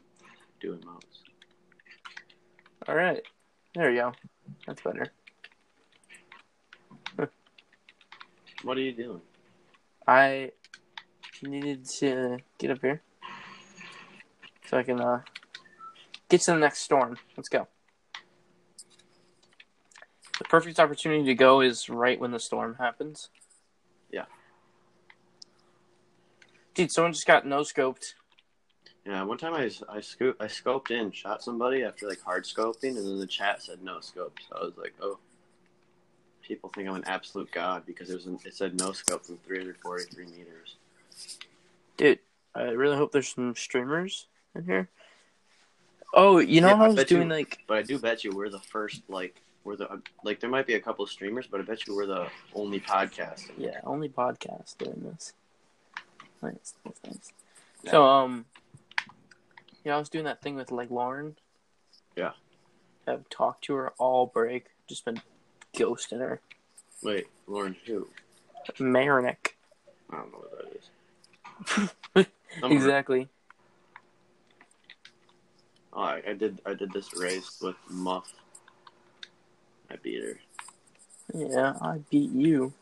[SPEAKER 2] do emotes.
[SPEAKER 1] All right, there we go. That's better.
[SPEAKER 2] What are you doing?
[SPEAKER 1] I needed to get up here so I can uh, get to the next storm. Let's go. The perfect opportunity to go is right when the storm happens.
[SPEAKER 2] Yeah.
[SPEAKER 1] Dude, someone just got no scoped.
[SPEAKER 2] Yeah, one time I s- I scoop I scoped in, shot somebody after like hard scoping, and then the chat said no scope. So I was like, oh, people think I'm an absolute god because it was an, it said no scope from 343 meters.
[SPEAKER 1] Dude, I really hope there's some streamers in here. Oh, you know
[SPEAKER 2] Yeah,
[SPEAKER 1] how
[SPEAKER 2] I
[SPEAKER 1] I was
[SPEAKER 2] bet you-
[SPEAKER 1] doing like
[SPEAKER 2] But I do bet you we're the first like we're the like there might be a couple of streamers, but I bet you we're the only podcast.
[SPEAKER 1] Yeah, only podcast doing this. Nice, nice, nice. So, um, you know, I was doing that thing with like Lauren.
[SPEAKER 2] Yeah.
[SPEAKER 1] I've talked to her all break. Just been ghosting her.
[SPEAKER 2] Wait, Lauren, who?
[SPEAKER 1] Marinick.
[SPEAKER 2] I don't know what that is. I'm-
[SPEAKER 1] Exactly.
[SPEAKER 2] Oh, I, I did I did this race with Muff. I beat her.
[SPEAKER 1] Yeah, I beat you.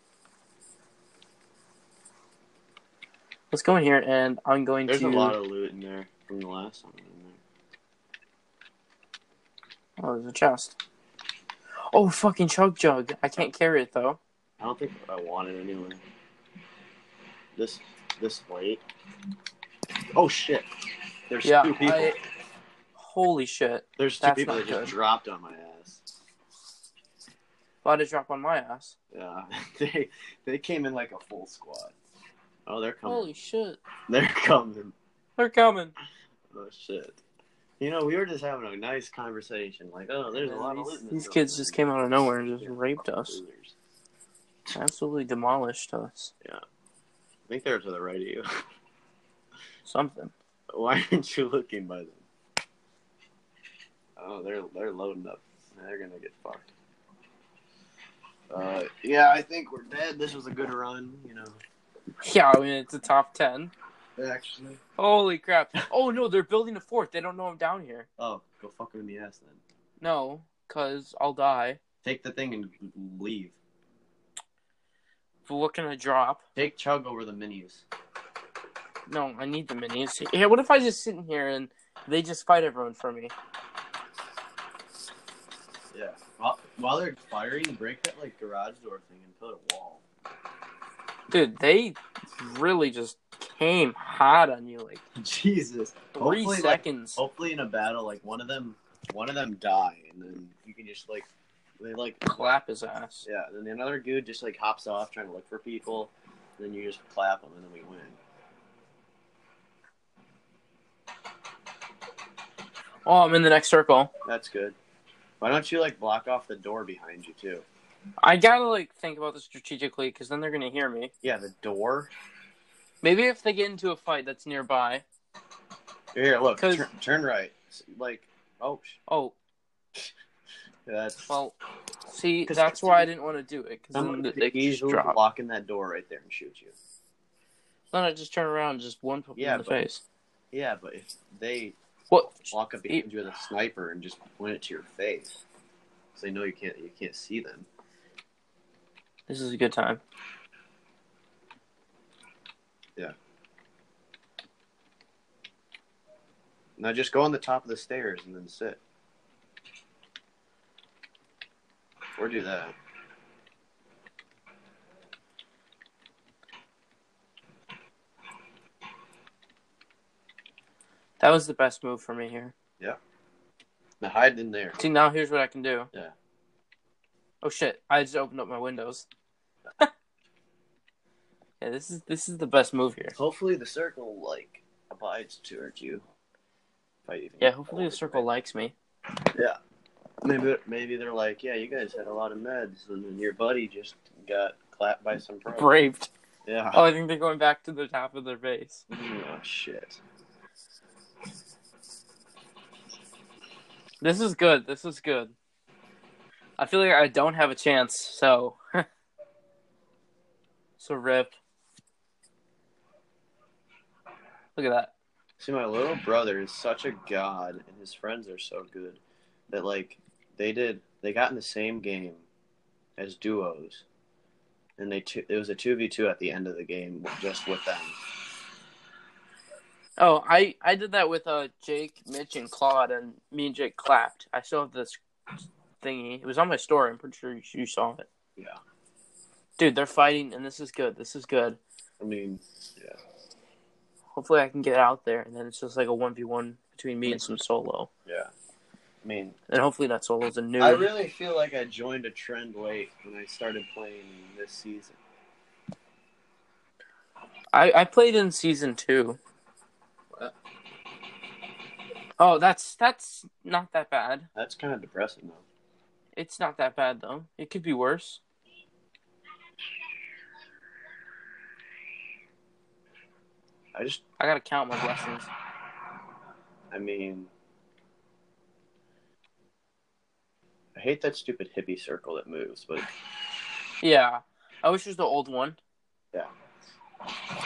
[SPEAKER 1] Let's go in here, and I'm going
[SPEAKER 2] There's
[SPEAKER 1] to.
[SPEAKER 2] a lot of loot in there from the last time. In there.
[SPEAKER 1] Oh, there's a chest. Oh, fucking chug jug! I
[SPEAKER 2] Oh.
[SPEAKER 1] can't carry it though.
[SPEAKER 2] I don't think I want it anyway. This this late. Oh shit! There's
[SPEAKER 1] Yeah.
[SPEAKER 2] two people.
[SPEAKER 1] I... Holy shit.
[SPEAKER 2] There's two
[SPEAKER 1] that's
[SPEAKER 2] people
[SPEAKER 1] not
[SPEAKER 2] that
[SPEAKER 1] good.
[SPEAKER 2] just dropped on my ass.
[SPEAKER 1] About to drop on my ass.
[SPEAKER 2] Yeah, they they came in like a full squad. Oh, they're coming.
[SPEAKER 1] Holy shit.
[SPEAKER 2] They're coming.
[SPEAKER 1] They're coming.
[SPEAKER 2] Oh shit! You know, we were just having a nice conversation. Like, oh, there's a lot
[SPEAKER 1] these,
[SPEAKER 2] of loot in this
[SPEAKER 1] These kids
[SPEAKER 2] building.
[SPEAKER 1] just came out of nowhere and just
[SPEAKER 2] Yeah,
[SPEAKER 1] raped us.
[SPEAKER 2] losers.
[SPEAKER 1] Absolutely demolished us.
[SPEAKER 2] I think they're to the right of you.
[SPEAKER 1] Something.
[SPEAKER 2] Why aren't you looking by them? Oh, they're they're loading up. They're gonna get fucked. Uh, yeah, I think we're dead. This was a good run, you know.
[SPEAKER 1] Yeah, I mean, it's a top 10.
[SPEAKER 2] Actually.
[SPEAKER 1] Holy crap. Oh, no, they're building a fort. They don't know I'm down here.
[SPEAKER 2] Oh, go fuck him in the ass then.
[SPEAKER 1] No, because I'll die.
[SPEAKER 2] Take the thing and leave.
[SPEAKER 1] What can I drop?
[SPEAKER 2] Take Chug over the minis.
[SPEAKER 1] No, I need the minis. Yeah, what if I just sit in here and they just fight everyone for me?
[SPEAKER 2] Yeah. While, while they're firing, break that like garage door thing and put a wall.
[SPEAKER 1] Dude, they really just came hot on you like
[SPEAKER 2] Jesus.
[SPEAKER 1] three
[SPEAKER 2] Hopefully, like,
[SPEAKER 1] seconds.
[SPEAKER 2] Hopefully, in a battle, like one of them, one of them die, and then you can just like, they like
[SPEAKER 1] Clap his ass.
[SPEAKER 2] Yeah, and then another dude just like hops off trying to look for people, and then you just clap them, and then we win.
[SPEAKER 1] Oh, I'm in the next circle.
[SPEAKER 2] That's good. Why don't you like block off the door behind you too?
[SPEAKER 1] I gotta like think about this strategically because then they're gonna hear me.
[SPEAKER 2] Yeah, the door.
[SPEAKER 1] Maybe if they get into a fight that's nearby.
[SPEAKER 2] Here, look,
[SPEAKER 1] 'Cause-
[SPEAKER 2] turn, turn right. Like, oh, sh-
[SPEAKER 1] Oh,
[SPEAKER 2] that's
[SPEAKER 1] well, see,
[SPEAKER 2] 'Cause
[SPEAKER 1] that's why I didn't want to do it. Because
[SPEAKER 2] someone
[SPEAKER 1] then
[SPEAKER 2] could
[SPEAKER 1] they could just
[SPEAKER 2] easily
[SPEAKER 1] drop.
[SPEAKER 2] walk in that door right there and shoot you.
[SPEAKER 1] Then I just turn around and just one poke
[SPEAKER 2] Yeah,
[SPEAKER 1] in the
[SPEAKER 2] but-
[SPEAKER 1] face.
[SPEAKER 2] Yeah, but if they
[SPEAKER 1] What?
[SPEAKER 2] walk up behind you with a sniper and just point it to your face, so they know you can't you can't see them.
[SPEAKER 1] This is a good time.
[SPEAKER 2] Now just go on the top of the stairs and then sit, or do that.
[SPEAKER 1] That was the best move for me here.
[SPEAKER 2] Now hide in there.
[SPEAKER 1] See, now here's what I can do.
[SPEAKER 2] Yeah.
[SPEAKER 1] Oh shit! I just opened up my windows. yeah, this is this is the best move here.
[SPEAKER 2] Hopefully the circle like abides towards you. If I even
[SPEAKER 1] Yeah, hopefully the circle likes me.
[SPEAKER 2] Maybe maybe they're like, yeah, you guys had a lot of meds, and then your buddy just got clapped by some pro.
[SPEAKER 1] Braved.
[SPEAKER 2] Yeah.
[SPEAKER 1] Oh, I think they're going back to the top of their base.
[SPEAKER 2] Oh shit.
[SPEAKER 1] This is good. This is good. I feel like I don't have a chance, so so rip. Look at that.
[SPEAKER 2] See, my little brother is such a god, and his friends are so good that like they did they got in the same game as duos, and they two, it was a two v two at the end of the game just with them.
[SPEAKER 1] Oh, I I did that with uh Jake, Mitch, and Claude, and me and Jake clapped. I still have this thingy. It was on my story. I'm pretty sure you, you saw it,
[SPEAKER 2] Yeah,
[SPEAKER 1] dude. They're fighting, and this is good. This is good.
[SPEAKER 2] I mean, yeah,
[SPEAKER 1] Hopefully, I can get out there, and then it's just like a one v one between me and some solo,
[SPEAKER 2] yeah. I mean,
[SPEAKER 1] and hopefully that solo's a new.
[SPEAKER 2] I really feel like I joined a trend late when I started playing this season.
[SPEAKER 1] I, I played in season two.
[SPEAKER 2] What?
[SPEAKER 1] Oh, that's that's not that bad.
[SPEAKER 2] That's kind of depressing though.
[SPEAKER 1] It's not that bad though. It could be worse.
[SPEAKER 2] I just,
[SPEAKER 1] I gotta count my blessings.
[SPEAKER 2] I mean, I hate that stupid hippie circle that moves, but
[SPEAKER 1] Yeah, I wish it was the old one.
[SPEAKER 2] Yeah.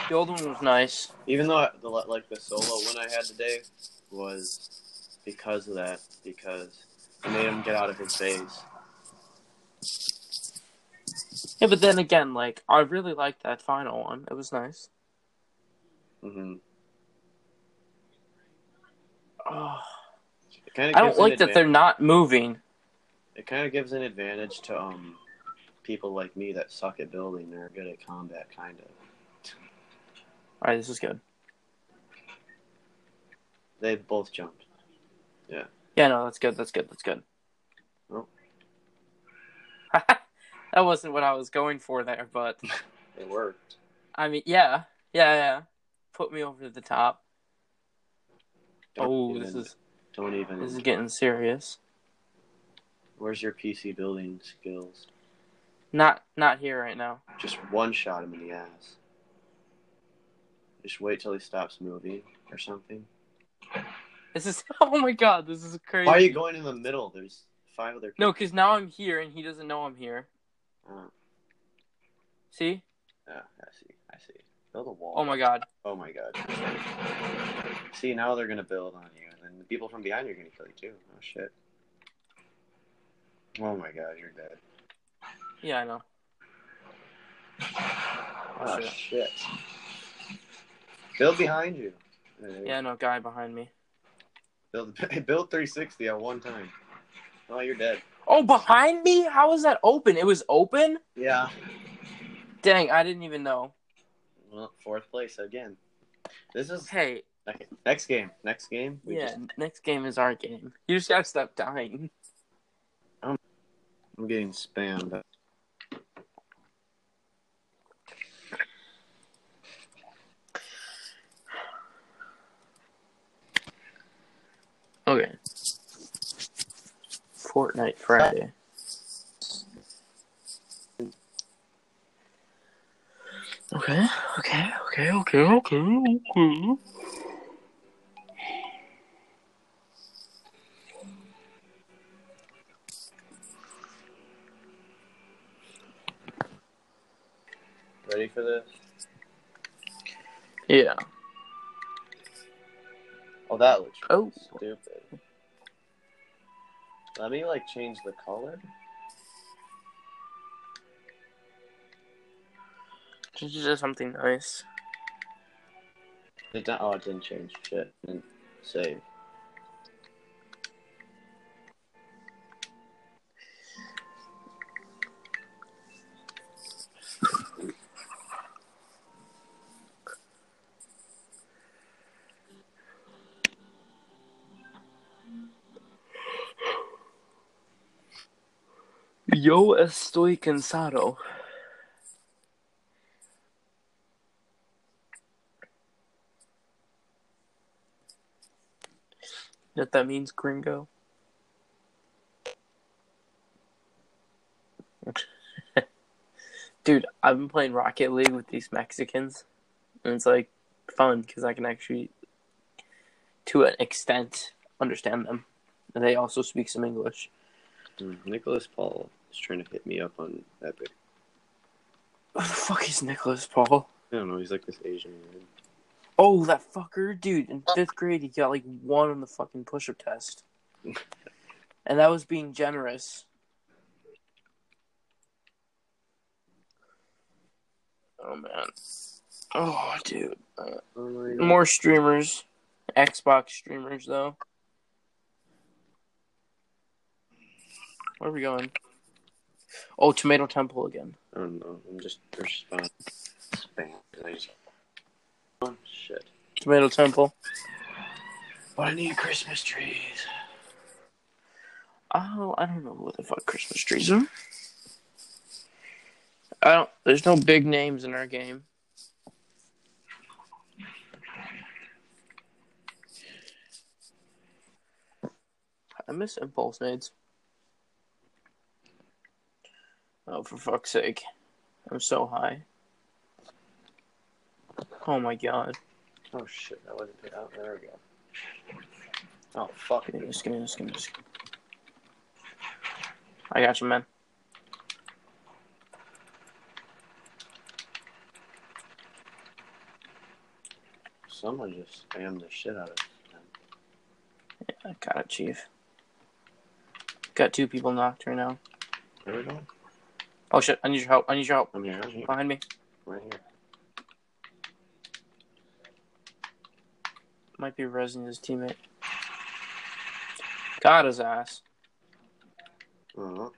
[SPEAKER 1] the old one was nice.
[SPEAKER 2] even though the like the solo one I had today was because of that because I made him get out of his face.
[SPEAKER 1] Yeah, but then again, like I really liked that final one. It was nice.
[SPEAKER 2] Mm-hmm.
[SPEAKER 1] Oh,
[SPEAKER 2] It kind of
[SPEAKER 1] I don't like that they're not moving.
[SPEAKER 2] It kind of gives an advantage to um people like me that suck at building. They're good at combat, kind of.
[SPEAKER 1] All right, this is good.
[SPEAKER 2] They both jumped.
[SPEAKER 1] Yeah, no, that's good. That's good. That's good.
[SPEAKER 2] Oh.
[SPEAKER 1] that wasn't what I was going for there, but
[SPEAKER 2] It worked.
[SPEAKER 1] I mean, yeah, yeah, yeah. Put me over the top.
[SPEAKER 2] Don't
[SPEAKER 1] oh,
[SPEAKER 2] even-
[SPEAKER 1] this is
[SPEAKER 2] don't even.
[SPEAKER 1] this is getting serious.
[SPEAKER 2] Where's your PC building skills?
[SPEAKER 1] Not not here right now.
[SPEAKER 2] Just one shot him in the ass. Just wait till he stops moving or something.
[SPEAKER 1] This is oh my god, this is crazy.
[SPEAKER 2] Why are you going in the middle? There's five other
[SPEAKER 1] No,
[SPEAKER 2] people.
[SPEAKER 1] because now I'm here and he doesn't know I'm here.
[SPEAKER 2] Oh,
[SPEAKER 1] See?
[SPEAKER 2] yeah, I see. I see. Build a wall.
[SPEAKER 1] Oh my god.
[SPEAKER 2] Oh my god. See, now they're gonna build on you, and then the people from behind you are gonna kill you too. Oh shit. Oh my god, you're dead.
[SPEAKER 1] Yeah, I know.
[SPEAKER 2] Oh
[SPEAKER 1] Shit.
[SPEAKER 2] shit. Build behind you. There you
[SPEAKER 1] Yeah, I know. Guy behind me.
[SPEAKER 2] Build, build 360 at one time. Oh, you're dead.
[SPEAKER 1] Oh, behind me? How is that open? It was open.
[SPEAKER 2] Yeah.
[SPEAKER 1] Dang, I didn't even know.
[SPEAKER 2] Well, fourth place again. This is
[SPEAKER 1] Hey,
[SPEAKER 2] okay, next game. Next game.
[SPEAKER 1] yeah.
[SPEAKER 2] Just,
[SPEAKER 1] Next game is our game. You just gotta stop dying.
[SPEAKER 2] I'm getting spammed.
[SPEAKER 1] Okay. Fortnite Friday. Okay, okay, okay. Okay, okay, okay, okay.
[SPEAKER 2] Ready for this?
[SPEAKER 1] Yeah.
[SPEAKER 2] Oh, that looks
[SPEAKER 1] Oh.
[SPEAKER 2] stupid. Let me like change the color.
[SPEAKER 1] Did you do something nice?
[SPEAKER 2] It didn't, oh, it didn't change shit. Didn't save.
[SPEAKER 1] Yo estoy cansado. That that means gringo. Dude, I've been playing Rocket League with these Mexicans, and it's like fun because I can actually, to an extent, understand them. And they also speak some English.
[SPEAKER 2] Hmm, Nicholas Paul is trying to hit me up on Epic.
[SPEAKER 1] Who the fuck is Nicholas Paul?
[SPEAKER 2] I don't know. He's like this Asian man.
[SPEAKER 1] Oh, that fucker, dude! In fifth grade, he got like one on the fucking push-up test, and that was being generous. Oh man! Oh, dude!
[SPEAKER 2] Oh my God.
[SPEAKER 1] More streamers, Xbox streamers though. Where are we going? Oh, Tomato Temple again.
[SPEAKER 2] I don't know. I'm just responding. Spam. 'cause I just. Oh, shit.
[SPEAKER 1] Tomato Temple.
[SPEAKER 2] But I need Christmas trees.
[SPEAKER 1] Oh, I don't know what the fuck Christmas trees are. I don't. There's no big names in our game. I miss impulse nades. Oh, for fuck's sake! I'm so high. Oh my god!
[SPEAKER 2] Oh shit! That wasn't. Oh, there we go. Oh fuck
[SPEAKER 1] Give me this. Give me this. Give me this. I got you, man.
[SPEAKER 2] Someone just spammed the shit out of them.
[SPEAKER 1] I got it, Chief. Got two people knocked right now.
[SPEAKER 2] There we go.
[SPEAKER 1] Oh shit! I need your help. I need your help.
[SPEAKER 2] I'm here. I'm here.
[SPEAKER 1] Behind me.
[SPEAKER 2] Right here.
[SPEAKER 1] Might be resing his teammate. Got his ass.
[SPEAKER 2] Uh-huh.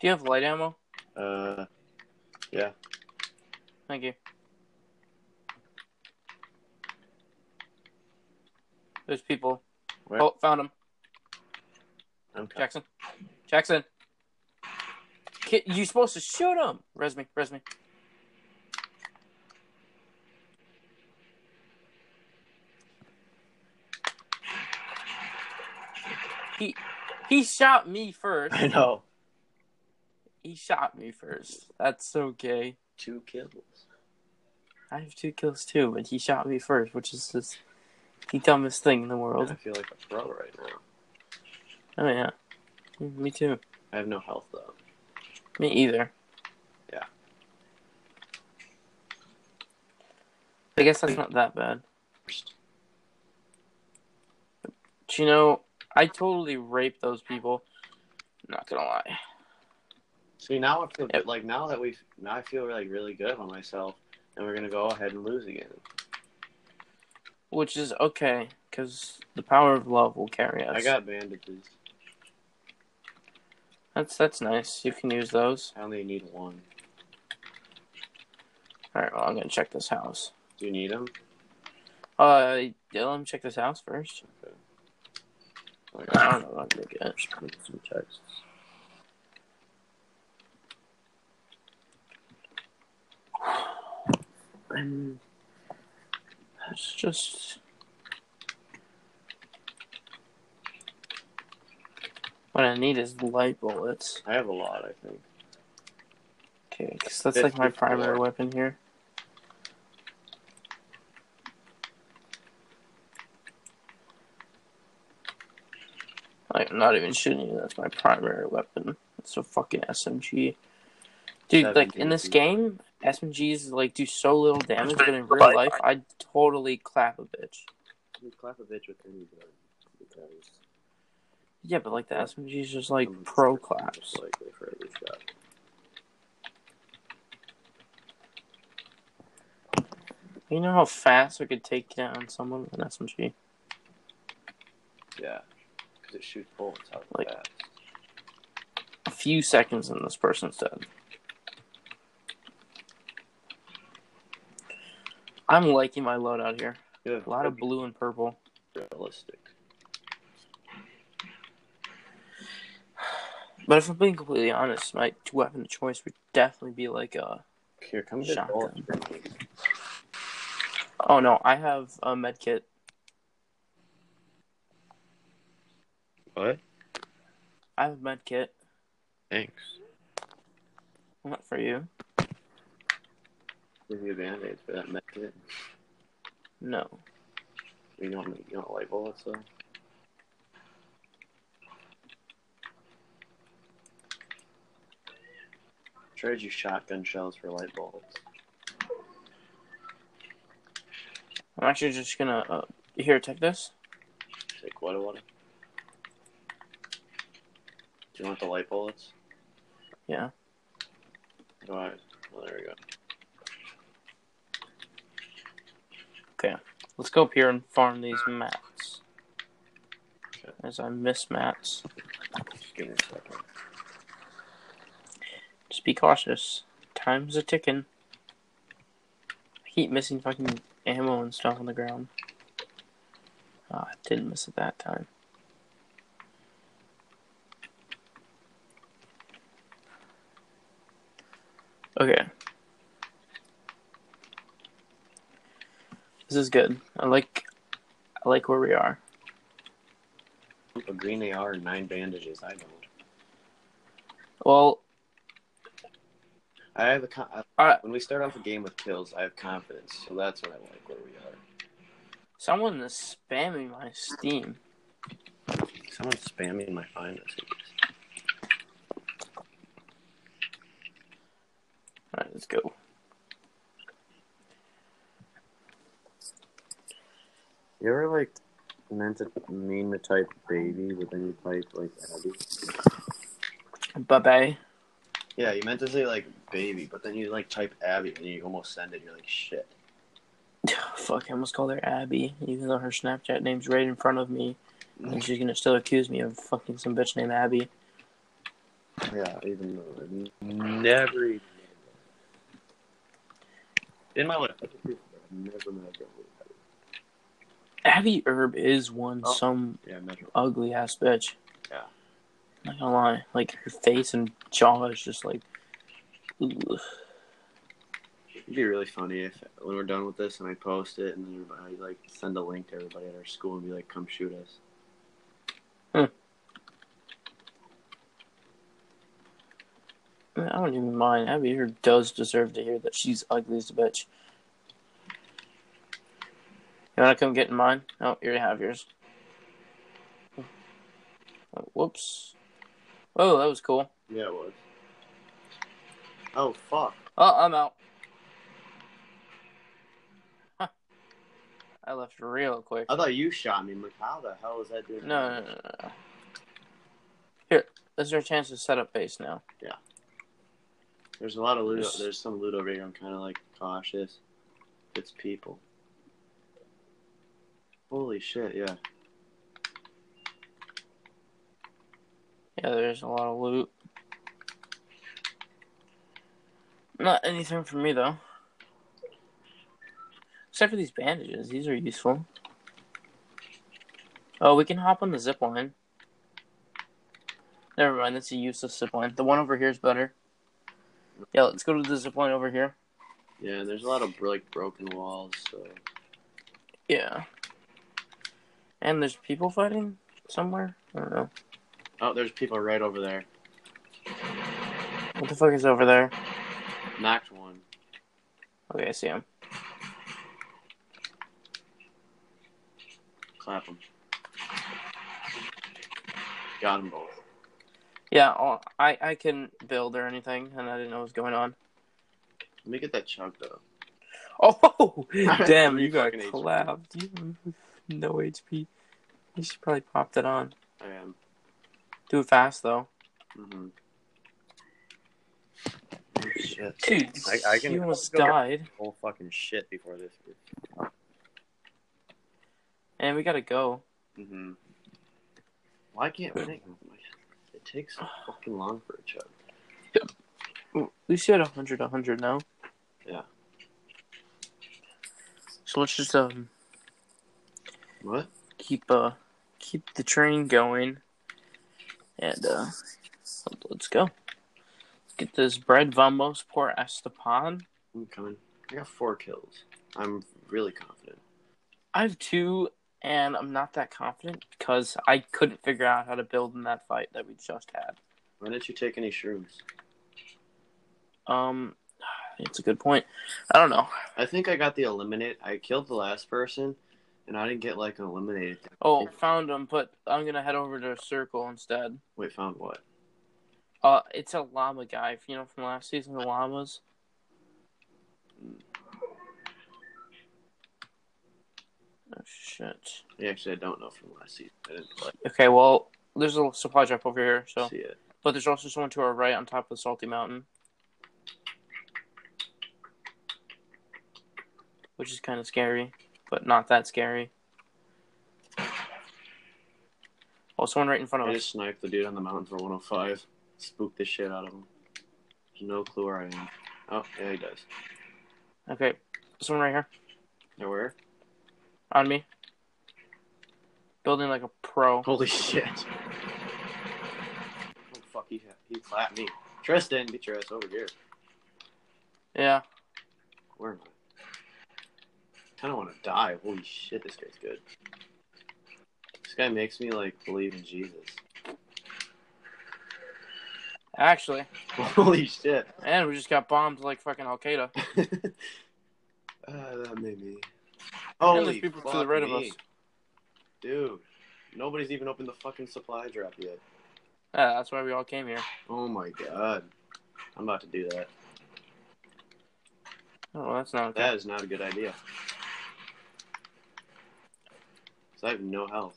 [SPEAKER 1] Do you have light ammo?
[SPEAKER 2] Uh,
[SPEAKER 1] Thank you. There's people.
[SPEAKER 2] where?
[SPEAKER 1] Oh, found him.
[SPEAKER 2] I'm coming.
[SPEAKER 1] Jackson. Jackson. Kid, you supposed to shoot him. Res me. Res me. He he shot me first.
[SPEAKER 2] I know.
[SPEAKER 1] He shot me first. That's so gay.
[SPEAKER 2] Two kills.
[SPEAKER 1] I have two kills too, but he shot me first, which is just the dumbest thing in the
[SPEAKER 2] I
[SPEAKER 1] world.
[SPEAKER 2] feel like a pro right now.
[SPEAKER 1] Oh yeah. Me too.
[SPEAKER 2] I have no health though.
[SPEAKER 1] Me either.
[SPEAKER 2] Yeah.
[SPEAKER 1] I guess that's not that bad. But, you know, I totally raped those people. Not gonna lie.
[SPEAKER 2] See now I feel
[SPEAKER 1] Yep.
[SPEAKER 2] like now that we've now I feel like really good about myself, and we're gonna go ahead and lose again.
[SPEAKER 1] Which is okay, because the power of love will carry us.
[SPEAKER 2] I got bandages.
[SPEAKER 1] that's that's nice. You can use those.
[SPEAKER 2] I only need one.
[SPEAKER 1] All right, well, I'm gonna check this house.
[SPEAKER 2] Do you need them?
[SPEAKER 1] Uh, yeah, let me check this house first.
[SPEAKER 2] Like,
[SPEAKER 1] I don't know what I'm gonna get.
[SPEAKER 2] make some texts.
[SPEAKER 1] Um, It's just. What I need is light bullets.
[SPEAKER 2] I have a lot. I think.
[SPEAKER 1] 'Cause that's like my primary weapon here. Like, I'm not even shooting you. That's my primary weapon. It's a fucking SMG. Dude, like in this
[SPEAKER 2] 17.
[SPEAKER 1] game, SMGs like do so little damage, but in real life, I'd totally clap a bitch.
[SPEAKER 2] You clap a bitch with any gun because
[SPEAKER 1] Yeah, but like the SMGs just like
[SPEAKER 2] someone's
[SPEAKER 1] pro
[SPEAKER 2] most
[SPEAKER 1] claps.
[SPEAKER 2] likely for every shot.
[SPEAKER 1] You know how fast I could take down someone with an SMG?
[SPEAKER 2] Yeah, because it shoots bullets out
[SPEAKER 1] Like-
[SPEAKER 2] fast.
[SPEAKER 1] A few seconds and this person's dead. I'm liking my loadout here.
[SPEAKER 2] You have
[SPEAKER 1] A lot of
[SPEAKER 2] very
[SPEAKER 1] blue and purple.
[SPEAKER 2] realistic.
[SPEAKER 1] But if I'm being completely honest, my weapon of choice would definitely be like uh, a.
[SPEAKER 2] Here, come get bullets.
[SPEAKER 1] Oh no, I have a med kit.
[SPEAKER 2] What?
[SPEAKER 1] I have a med kit.
[SPEAKER 2] Thanks.
[SPEAKER 1] Not for you.
[SPEAKER 2] Give you band-aids for that method.
[SPEAKER 1] No.
[SPEAKER 2] You don't, you don't like bullets though. Trade your shotgun shells for light bullets.
[SPEAKER 1] I'm actually just gonna. Uh, here, take this.
[SPEAKER 2] Take what? What? Do you want the light bullets?
[SPEAKER 1] Yeah.
[SPEAKER 2] All right. Well, there we go.
[SPEAKER 1] Let's go up here and farm these mats. As I miss mats.
[SPEAKER 2] Just give me a second.
[SPEAKER 1] Just be cautious. Time's a ticking. I keep missing fucking ammo and stuff on the ground. Ah, I didn't miss it that time. Okay. This is good. I like I like where we are.
[SPEAKER 2] A green AR and nine bandages. I don't.
[SPEAKER 1] Well, uh,
[SPEAKER 2] I have a. Con- I-
[SPEAKER 1] Alright.
[SPEAKER 2] When we start off a game with kills, I have confidence, so that's what I like where we are.
[SPEAKER 1] someone is spamming my Steam.
[SPEAKER 2] Someone's spamming my find messages.
[SPEAKER 1] Alright, let's go.
[SPEAKER 2] You ever like meant to mean to type baby, but then you type like Abby?
[SPEAKER 1] Bye bye.
[SPEAKER 2] Yeah, you meant to say like baby, but then you like type Abby and you almost send it. You're like shit.
[SPEAKER 1] Fuck, I almost called her Abby, even though her Snapchat name's right in front of me, and she's gonna still accuse me of fucking some bitch named Abby.
[SPEAKER 2] Yeah, even though it never. even- In my life, I've never met a girl. with Abby.
[SPEAKER 1] Abby Herb is one
[SPEAKER 2] Oh.
[SPEAKER 1] some
[SPEAKER 2] Yeah, I met her.
[SPEAKER 1] ugly ass bitch.
[SPEAKER 2] Yeah.
[SPEAKER 1] Not gonna lie, like her face and jaw is just like. ugh.
[SPEAKER 2] It'd be really funny if when we're done with this and I post it and then everybody I, like send a link to everybody at our school and be like, "Come shoot us."
[SPEAKER 1] I don't even mind. Abby Herb does deserve to hear that she's ugly as a bitch. You wanna come get in mine? No, you already have yours. Oh, whoops. Oh, that was cool.
[SPEAKER 2] Yeah, it was. Oh fuck!
[SPEAKER 1] Oh, I'm out. Huh. I left real quick.
[SPEAKER 2] I thought you shot me. I'm like, how the hell is that dude?
[SPEAKER 1] No, no, no, no, no. Here, is there a chance to set up base now?
[SPEAKER 2] There's a lot of loot.
[SPEAKER 1] There's-
[SPEAKER 2] There's some loot over here. I'm kind of like cautious. It's people. Holy shit! Yeah.
[SPEAKER 1] Yeah, there's a lot of loot. Not anything for me though. Except for these bandages, these are useful. Oh, we can hop on the zip line. Never mind, that's a useless zip line. The one over here is better. Yeah, let's go to the zip line over here.
[SPEAKER 2] Yeah. There's a lot of like broken walls. So
[SPEAKER 1] Yeah. And there's people fighting somewhere? I don't know.
[SPEAKER 2] oh, there's people right over there.
[SPEAKER 1] What the fuck is over there?
[SPEAKER 2] Knocked one.
[SPEAKER 1] Okay, I see him.
[SPEAKER 2] Clap him. Got them both.
[SPEAKER 1] Yeah, I'll- I I couldn't build or anything, and I didn't know what was going on.
[SPEAKER 2] Let me get that chug though.
[SPEAKER 1] Oh, damn!
[SPEAKER 2] Three
[SPEAKER 1] You got
[SPEAKER 2] fucking HP.
[SPEAKER 1] clapped. You no HP. You should probably pop that on.
[SPEAKER 2] I am.
[SPEAKER 1] Do it fast though,
[SPEAKER 2] Mm-hmm. Oh, shit.
[SPEAKER 1] dude.
[SPEAKER 2] I- I can-
[SPEAKER 1] you almost
[SPEAKER 2] I'll go get-
[SPEAKER 1] died,
[SPEAKER 2] Whole fucking shit before this.
[SPEAKER 1] and we gotta go.
[SPEAKER 2] Mm-hmm. Why can't we make them? It takes so fucking long for a chug.
[SPEAKER 1] At least you had 100, 100 now.
[SPEAKER 2] Yeah.
[SPEAKER 1] So let's just um
[SPEAKER 2] What?
[SPEAKER 1] keep uh keep the train going, and uh let's go. Let's get this bread. Vamos por Estepan.
[SPEAKER 2] I'm coming. I got four kills. I'm really confident.
[SPEAKER 1] I have two, and I'm not that confident because I couldn't figure out how to build in that fight that we just had.
[SPEAKER 2] Why didn't you take any shrooms?
[SPEAKER 1] Um, it's a good point. I don't know.
[SPEAKER 2] I think I got the eliminate. I killed the last person, and I didn't get like an eliminated. thing.
[SPEAKER 1] Oh, found them, but I'm gonna head over to Circle instead.
[SPEAKER 2] Wait, found what?
[SPEAKER 1] Uh, it's a llama guy, you know, from last season, the llamas. Oh shit.
[SPEAKER 2] Actually, I don't know from last season. I didn't play.
[SPEAKER 1] Okay, well, there's a supply drop over here, so.
[SPEAKER 2] See it.
[SPEAKER 1] But there's also someone to our right on top of the Salty Mountain. Which is kind of scary, but not that scary. Oh, someone right in front of
[SPEAKER 2] I
[SPEAKER 1] us.
[SPEAKER 2] just sniped the dude on the mountain for 105. Spooked the shit out of him. There's no clue where I am. Oh, yeah, he does.
[SPEAKER 1] Okay, someone right here
[SPEAKER 2] Now where?
[SPEAKER 1] on me. Building like a pro.
[SPEAKER 2] Holy shit. Oh, fuck, he, he clapped me. Tristan, get your ass over here.
[SPEAKER 1] Yeah,
[SPEAKER 2] Where am I? Kind of want to die. Holy shit, this guy's good. This guy makes me, like, believe in Jesus.
[SPEAKER 1] actually.
[SPEAKER 2] Holy shit.
[SPEAKER 1] And we just got bombed like fucking Al Qaeda.
[SPEAKER 2] Ah, that made me.
[SPEAKER 1] And
[SPEAKER 2] Holy
[SPEAKER 1] there's people
[SPEAKER 2] fuck
[SPEAKER 1] to the right of
[SPEAKER 2] me.
[SPEAKER 1] us.
[SPEAKER 2] Dude, nobody's even opened the fucking supply drop yet.
[SPEAKER 1] Yeah, that's why we all came here.
[SPEAKER 2] Oh my god. I'm about to do that.
[SPEAKER 1] Oh, that's not okay.
[SPEAKER 2] That is not a good idea. So I have no health.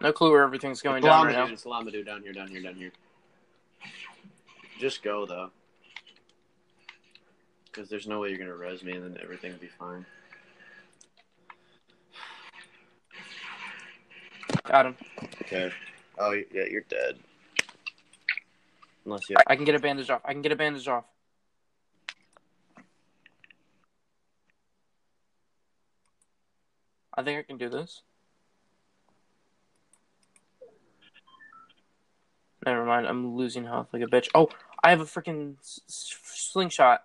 [SPEAKER 1] No clue where everything's going down
[SPEAKER 2] Llama
[SPEAKER 1] right now.
[SPEAKER 2] dude, it's llama dude down here, down here, down here. Just go though, because there's no way you're gonna res me, and then everything will be fine.
[SPEAKER 1] Got him.
[SPEAKER 2] Okay. Oh yeah, you're dead. Unless you.
[SPEAKER 1] I can get a bandage off. I can get a bandage off. I think I can do this. Never mind. I'm losing health like a bitch. Oh, I have a freaking s- s- slingshot.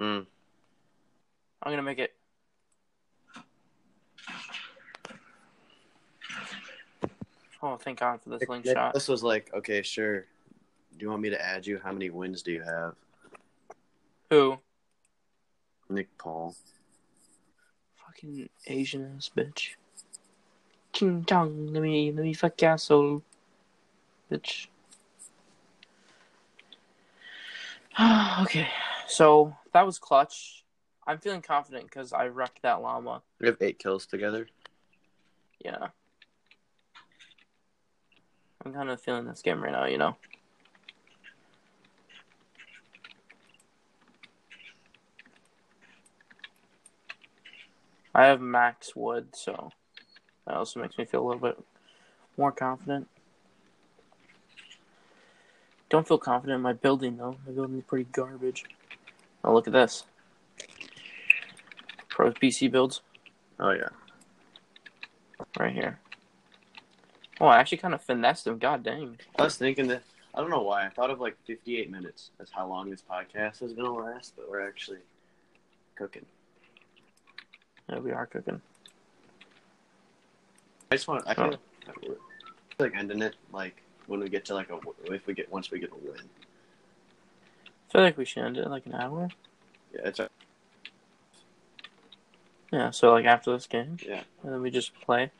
[SPEAKER 2] Mm.
[SPEAKER 1] I'm gonna make it. Oh, thank God for the slingshot.
[SPEAKER 2] This was like, okay, sure. Do you want me to add you? How many wins do you have,
[SPEAKER 1] Who?
[SPEAKER 2] Nick Paul?
[SPEAKER 1] Fucking Asian ass bitch. Ching chong, let me let me fuck your asshole, bitch. okay, so that was clutch. I'm feeling confident because I wrecked that llama.
[SPEAKER 2] We have eight kills together.
[SPEAKER 1] Yeah, I'm kind of feeling this game right now. You know. I have max wood, so that also makes me feel a little bit more confident. Don't feel confident in my building though. My building is pretty garbage. Oh look at this. Pro PC builds
[SPEAKER 2] Oh yeah.
[SPEAKER 1] right here. Oh, I actually kind of finessed him. God dang.
[SPEAKER 2] I was thinking that I don't know why I thought of like 58 minutes as how long this podcast is gonna last, but we're actually cooking.
[SPEAKER 1] Yeah, we are cooking.
[SPEAKER 2] I just want. I feel, I feel like ending it like when we get to like a if we get once we get a win.
[SPEAKER 1] I feel like we should end it in like an hour.
[SPEAKER 2] Yeah, it's a,
[SPEAKER 1] Yeah, so like after this game,
[SPEAKER 2] yeah.
[SPEAKER 1] and then we just play.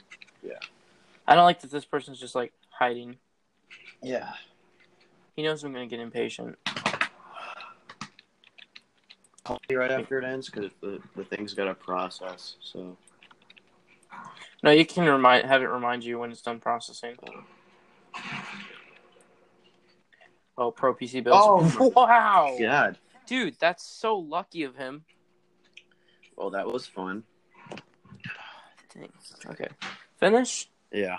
[SPEAKER 2] Yeah.
[SPEAKER 1] I don't like that this person's just like hiding.
[SPEAKER 2] Yeah.
[SPEAKER 1] He knows I'm gonna get impatient.
[SPEAKER 2] Call me right after it ends because the the thing's got to process. So
[SPEAKER 1] No, you can remind have it remind you when it's done processing.
[SPEAKER 2] Oh.
[SPEAKER 1] Oh, pro PC builds.
[SPEAKER 2] Oh,
[SPEAKER 1] wow,
[SPEAKER 2] God.
[SPEAKER 1] dude, that's so lucky of him.
[SPEAKER 2] Well, that was fun.
[SPEAKER 1] Dang. Okay, finish.
[SPEAKER 2] Yeah.